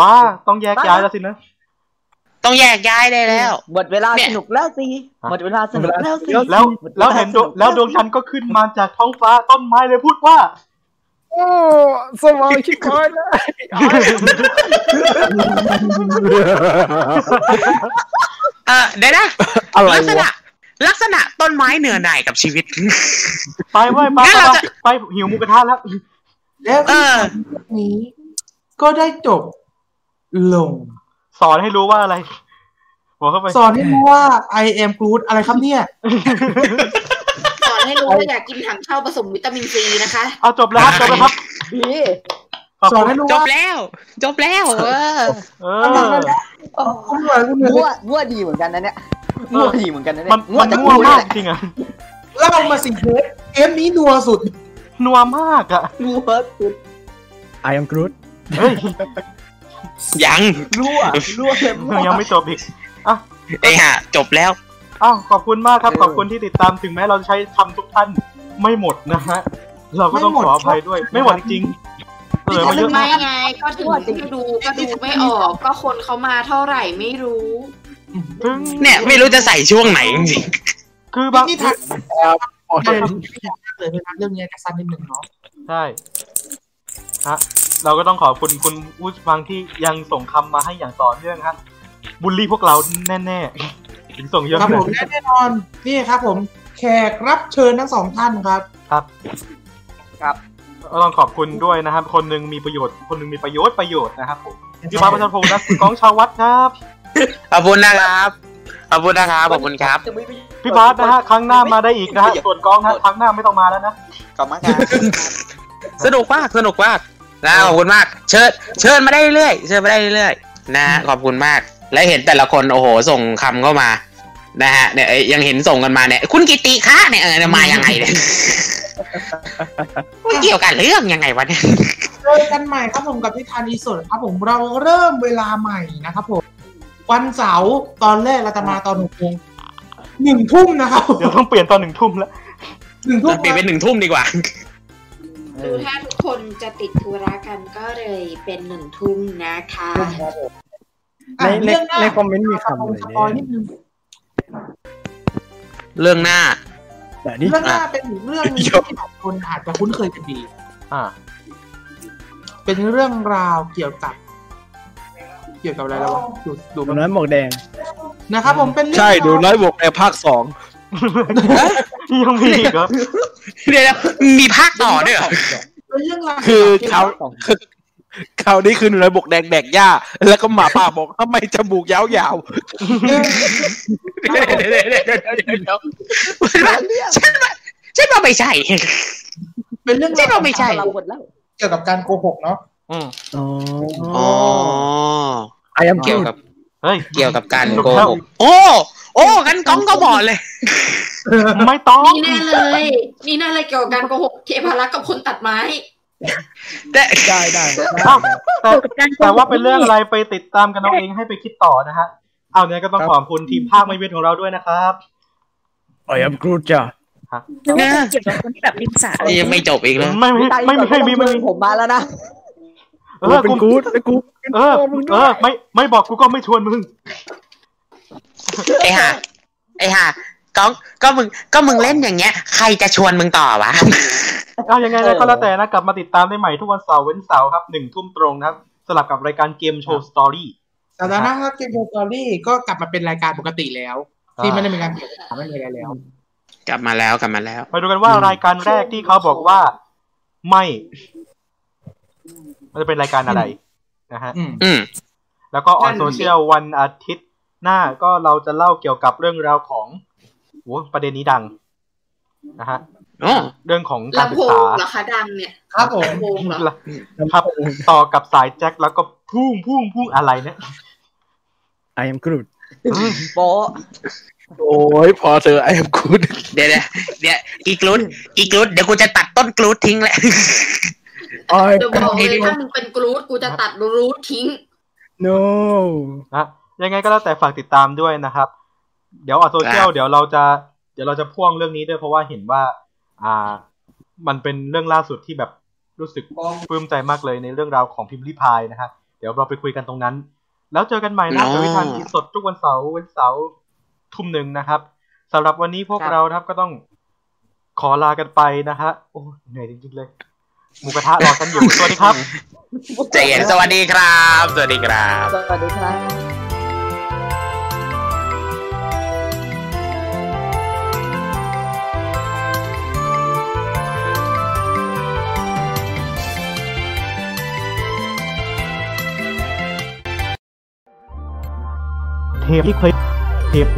S1: ว้าต้องแยกย้ายแล้วสินะ
S8: ต้องแยกย้ายได้แล้ว
S2: หมดเวลา
S8: เนี่ย
S2: สนุกแล้วสิ
S1: ฮะ
S2: หมดเวลาสนุกแล้วสิ
S1: แล้วแล้วเห็นดวงแล้วดวงจันทร์ก็ขึ้นมาจากท้องฟ้าต้นไม้เลยพูดว่า
S13: โอ้สมองชิบหายแล้ว
S4: เออ เดี๋ยวนะ
S5: อะไร
S4: ลักษ
S5: วะ
S4: ณะ ลักษณะต้นไม้เหนือหน่ายกับชีวิต
S1: ไปไว้ยไป
S4: งั้นเรา
S1: ไป
S4: จะ
S1: ไปหิวหมูกระทะแล้ว
S3: แล้ว
S4: เออ
S3: นี้ ก็ได้จบ ลง
S1: สอนให้รู้ว่าอะไรบอกเข้าไป
S3: สอนให้รู้ว่า I am Groot อะไรครับเนี่ย
S6: สอนให้รู้ว่าอยากกินถังเช่าผสมวิตามินซีนะคะ
S1: เอาจบแล้วครับจบแล้วครับ
S2: ดี
S1: ขอบ
S3: สอน
S1: คุณ
S3: ให้รู้
S4: จบ
S3: ว่า
S4: แล้ว จบแล้วเออ
S1: เอ
S3: อันนั้น
S1: อ
S3: นั่นแหละคุณเหนื่อยคุณเหนื่อย
S2: มั่วมั่วดีเหมือนกันนะเนี่ยมั่วดีเหมือนกันนะเนี่ย
S1: มันมัน
S2: แต่
S1: นัว
S2: กู
S1: มา
S2: เนี่
S1: ก
S2: ย
S1: จริงอะ
S3: เล่ามาสิเทปเทปนี้นัวสุด
S1: นัวมากอะ
S2: มั่วสุด
S13: ไอแอมกรูด
S1: เฮ้ย
S4: ยัง
S2: รั่วรั่วเลยมั่ว
S1: ยังไม่จบอีก
S4: ไอ้ห่าจบแล้ว
S1: อ้าวขอบคุณมากครับ
S2: เออ
S1: ขอบคุณที่ติดตามถึงแม้เราจะใช้คำทุกท่านไม่หมดนะฮะ เราก็ต้อง
S3: ไม่หม
S1: ข
S3: ด
S1: ออภัยด้วย ไม่หมดจริงๆเออมาเยอะ
S6: ไม่
S1: มาก
S6: ไง ก็ถึงไม่ดูก็ดูไม่ออก ก็คนเขามาเท่าไหร่ไม่รู้
S1: ถึง
S4: เนี่ย ไม่รู้จะใส่ช่วงไหนจริง
S1: คือบาง
S3: นี่ทันแล้วโอเคเลยนะครับเรื่องนี้จะสั้นนิดหนึ่งเนาะ
S1: ใช่ฮะเราก็ต้องขอบคุณคุณผู้ฟังที่ยังส่งคำมาให้อย่างต่อเนื่องฮะบูลลี่พวกเราแน่ๆถึงส่งเยอะ
S3: ครับ
S1: ข
S3: ผ
S1: นาด
S3: ม
S1: นี้
S3: และแน่นอน นี่ครับผม แขกรับเชิญทั้งสองท่านครับ
S1: ครับ
S2: ครับ
S1: ก็ต้องขอบคุณด้วยนะครับ คนหนึ่งมีประโยชน์ คนหนึ่งมีประโยชน์ประโยชน์นะครับผมพี่บ้าประชาพงศ์นะคุณก้องชาววัดครับ
S4: ๆขอบคุณนะครับ ขอบคุณนะครับ ขอบคุณครับ
S2: จะไม่ไป
S1: พี่บาสนะฮะครั้งหน้ามาได้อีกนะฮะส่วนกองนะฮะครั้งหน้าไม่ต้องมาแล้วนะ
S2: กลับมาครับ
S4: สนุกมาก สนุกมากนะขอบคุณมาก เชิญ เชิญมาได้เรื่อยๆ เชิญมาได้เรื่อยๆ นะขอบคุณมาก และเห็นแต่ละคน โอ้โห ส่งคำเข้ามา นะฮะ เนี่ยเอ้ยยังเห็นส่งกันมาเนี่ย คุณกิติคะเนี่ยเออเนี่ยมายังไง เนี่ย ไม่เกี่ยวกับเรื่องยังไงวะเนี่ย
S3: เจอกันใหม่ครับผมกับนิทานอีสดครับผมเราเริ่มเวลาใหม่นะครับผม วันเสาร์ตอนแรกเราจะมาตอนหกโมงหนึ่งทุ่มนะครับผม
S1: เดี๋ยวต้องเปลี่ยนตอนหนึ่งทุ่มแล้ว
S3: หนึ่งทุ่ม
S4: เปลี่ยนเป็นหนึ่งทุ่มดีกว่า
S6: ดูถ้าทุกคนจะติดธุระกันก็เลยเป็นหนึ่งทุ่มนะคะ
S13: ใน
S3: อ่ะ
S13: ใน
S3: เรื่องหน้า
S13: ในคอมเมนต์มีคำ
S3: ผ
S13: อะ
S3: ม
S13: ไรเน
S3: สปอยนิ
S13: ี่ย
S3: ดนึง
S4: เรื่องหน้า
S13: แต่นี่
S3: เรื่องหน้าเป็นอีกเรื่องหนึงที่หลายคนอาจจะคุ้นเคยกันดี
S1: อ่า
S3: เป็นเรื่องราวเกี่ยวกับ เกี่ยวกับอะไรแล้ววะดูดู
S13: หนูน้อยหมวกแดง
S3: นะครับผมเป็นเรื่อง
S5: ใช่ดู
S3: ราว
S5: น้อยบวกในภาคสอง
S1: ยังมีอีกเหรอ
S4: เดี๋ยวนะมีภาคต่อด้วยเหรอ
S3: เป็นเรื่องราว
S5: คือ
S3: กี่ยวกับ
S5: เขาคือคราวนี้คือหนูน้อยบวกแดงแดกหญ้า แล้วก็หมาป่าบอกทำไมจมูกยาว
S3: เรื่อง
S4: เดี๋ยวเดี๋ยวเดี๋ยวเดี๋ยวเดี๋ยวเดี๋ยวเดี๋ยวฉันว่าฉันว่าไม่ใช่
S3: เป็นเรื่อง
S4: ที่
S3: ราว
S4: เราไม่ใช่
S2: เราหมดแล้ว
S3: เกี่ยวกับการโกหกเนาะ
S1: อืม
S13: อ๋อ
S4: อ๋อ
S13: ไอแอมกรู
S4: เกี่ยว
S13: ด
S4: กับ
S1: เฮ้ย
S4: เกี่ยวกับการโกหกโอ้ โอ้กันก้องก็บอกเลย
S1: ไม่ต้อง
S6: นี่แน่เลย นี่แน่เลยเกี่ยวกับการโกหกเทพารักษ์กับคนตัดไม้
S4: แต่
S13: ได้ได้ได้
S1: อ้าว แต่
S7: เกี่ยวกับการโกหก
S1: แต่ว่าเป็นเรื่องอะไรไปติดตามกันเอาเองให้ไปคิดต่อนะฮะ เอาเนี่ยก็ต้องขอบคุณทีมภาคไม่เว้นของเราด้วยนะครับ
S13: ไอแอมกรูดจ้ะ
S7: นึกว่าเป็นเกี่ยวกับคนที่แบบริมสระอะไร
S4: ยังไม่จบอีกแล้ว
S1: ไม่ไม่ไม่มีไม่มีไม่มี
S2: ผมมาแล้วนะ
S1: เอ
S13: เออ
S1: อ
S13: เป็น
S1: กู
S13: กู๊ดเป็นกู๊ดเป็น
S1: เอ
S13: พ่
S1: อ
S13: มึง
S1: เอ
S13: ด้ว
S1: อย ไม่ไม่บอกกูก็ไม่ชวนมึง
S4: ไอ้ห่าไอ้ห่าก้องก็มึงก็มึงเล่นอย่างเงี้ย ใครจะชวนมึงต่อวะ
S1: เอายังไงนะก็แล้วแต่นะ กลับมาติดตามได้ใหม่ทุกวันเสาร์เว้นเสาร์ครับหนึ่งทุ่มตรงนะครับสลับกับรายการเกมโชว์สตอรี่
S3: สัปดาห์หน้าครับเกมโชว์สตอรี่ก็กลับมาเป็นรายการปกติแล้ว
S1: อ่า
S3: ที่ไม่ได้มีการเปลี่ยนแปลงไม่มีอะไรแล้ว
S4: กลับมาแล้วกลับมาแล้ว
S1: มาดูกันว่า
S4: อืม
S1: รายการแรกที่เขาบอกว่าไม่ มันจะเป็นรายการอะไรนะฮะ
S3: อืม
S4: อืม
S1: แล้วก็ออน
S6: นั่นดิ
S1: โซเชียลวันอาทิตย์หน้าก็เราจะเล่าเกี่ยวกับเรื่องราวของโอ้ประเด็นนี้ดังนะฮะ
S4: อ๋อ
S1: เรื่องของการ
S6: ลำ
S1: ศึ
S6: โพ
S1: กษา
S6: งเหรอคะดังเนี่ย
S3: ครับผม
S6: ลำโพงเหรอ
S1: ครับต่อกับสายแจ็คแล้วก็พุ่งพุ่งพุ่งอะไรเนี่ย
S13: ไอแอมกรูด
S2: โป๊ะ
S5: ๆ โอ้ยพอเธอไอ้กูด
S4: เดี๋ยวเดี๋ยวเดี๋ยวอีกรุดอีกรุดเดี๋ยวกูจะตัดต้นกรุดทิ้งแหละ
S9: โอ้ย
S6: เดี๋ยวบอกเลยถ้ามึงเป็นกรูดกูจะตัดรูททิ้ง
S9: no
S1: นะยังไงก็แล้วแต่ฝากติดตามด้วยนะครับ เดี๋ยวออกโซเชียลเดี๋ยวเราจะเดี๋ยวเราจะพ่วงเรื่องนี้ด้วยเพราะว่าเห็นว่า อ่า มันเป็นเรื่องล่าสุดที่แบบรู้สึกปลื้มใจมากเลยในเรื่องราวของพิมพ์ลิพายนะฮะเดี๋ยวเราไปคุยกันตรงนั้น แล้วเจอกันใหม่นะ
S5: อ๋อ
S1: กับวิธานอีสดทุกวันเสาร์เว้นเสาร์ทุ่มหนึ่งนะครับสำหรับวันนี้พวก
S2: ครับ
S1: เราครับก็ต้องขอลากันไปนะฮะโอ้เหนื่อยจริงๆเลยหมูกระทะรอกันอยู่สวัสดี ครับ
S4: ใจเย็นสวัสดีครับ สวัสดีครับ
S10: สวัสดีครับ
S1: เทปที่เคยเทป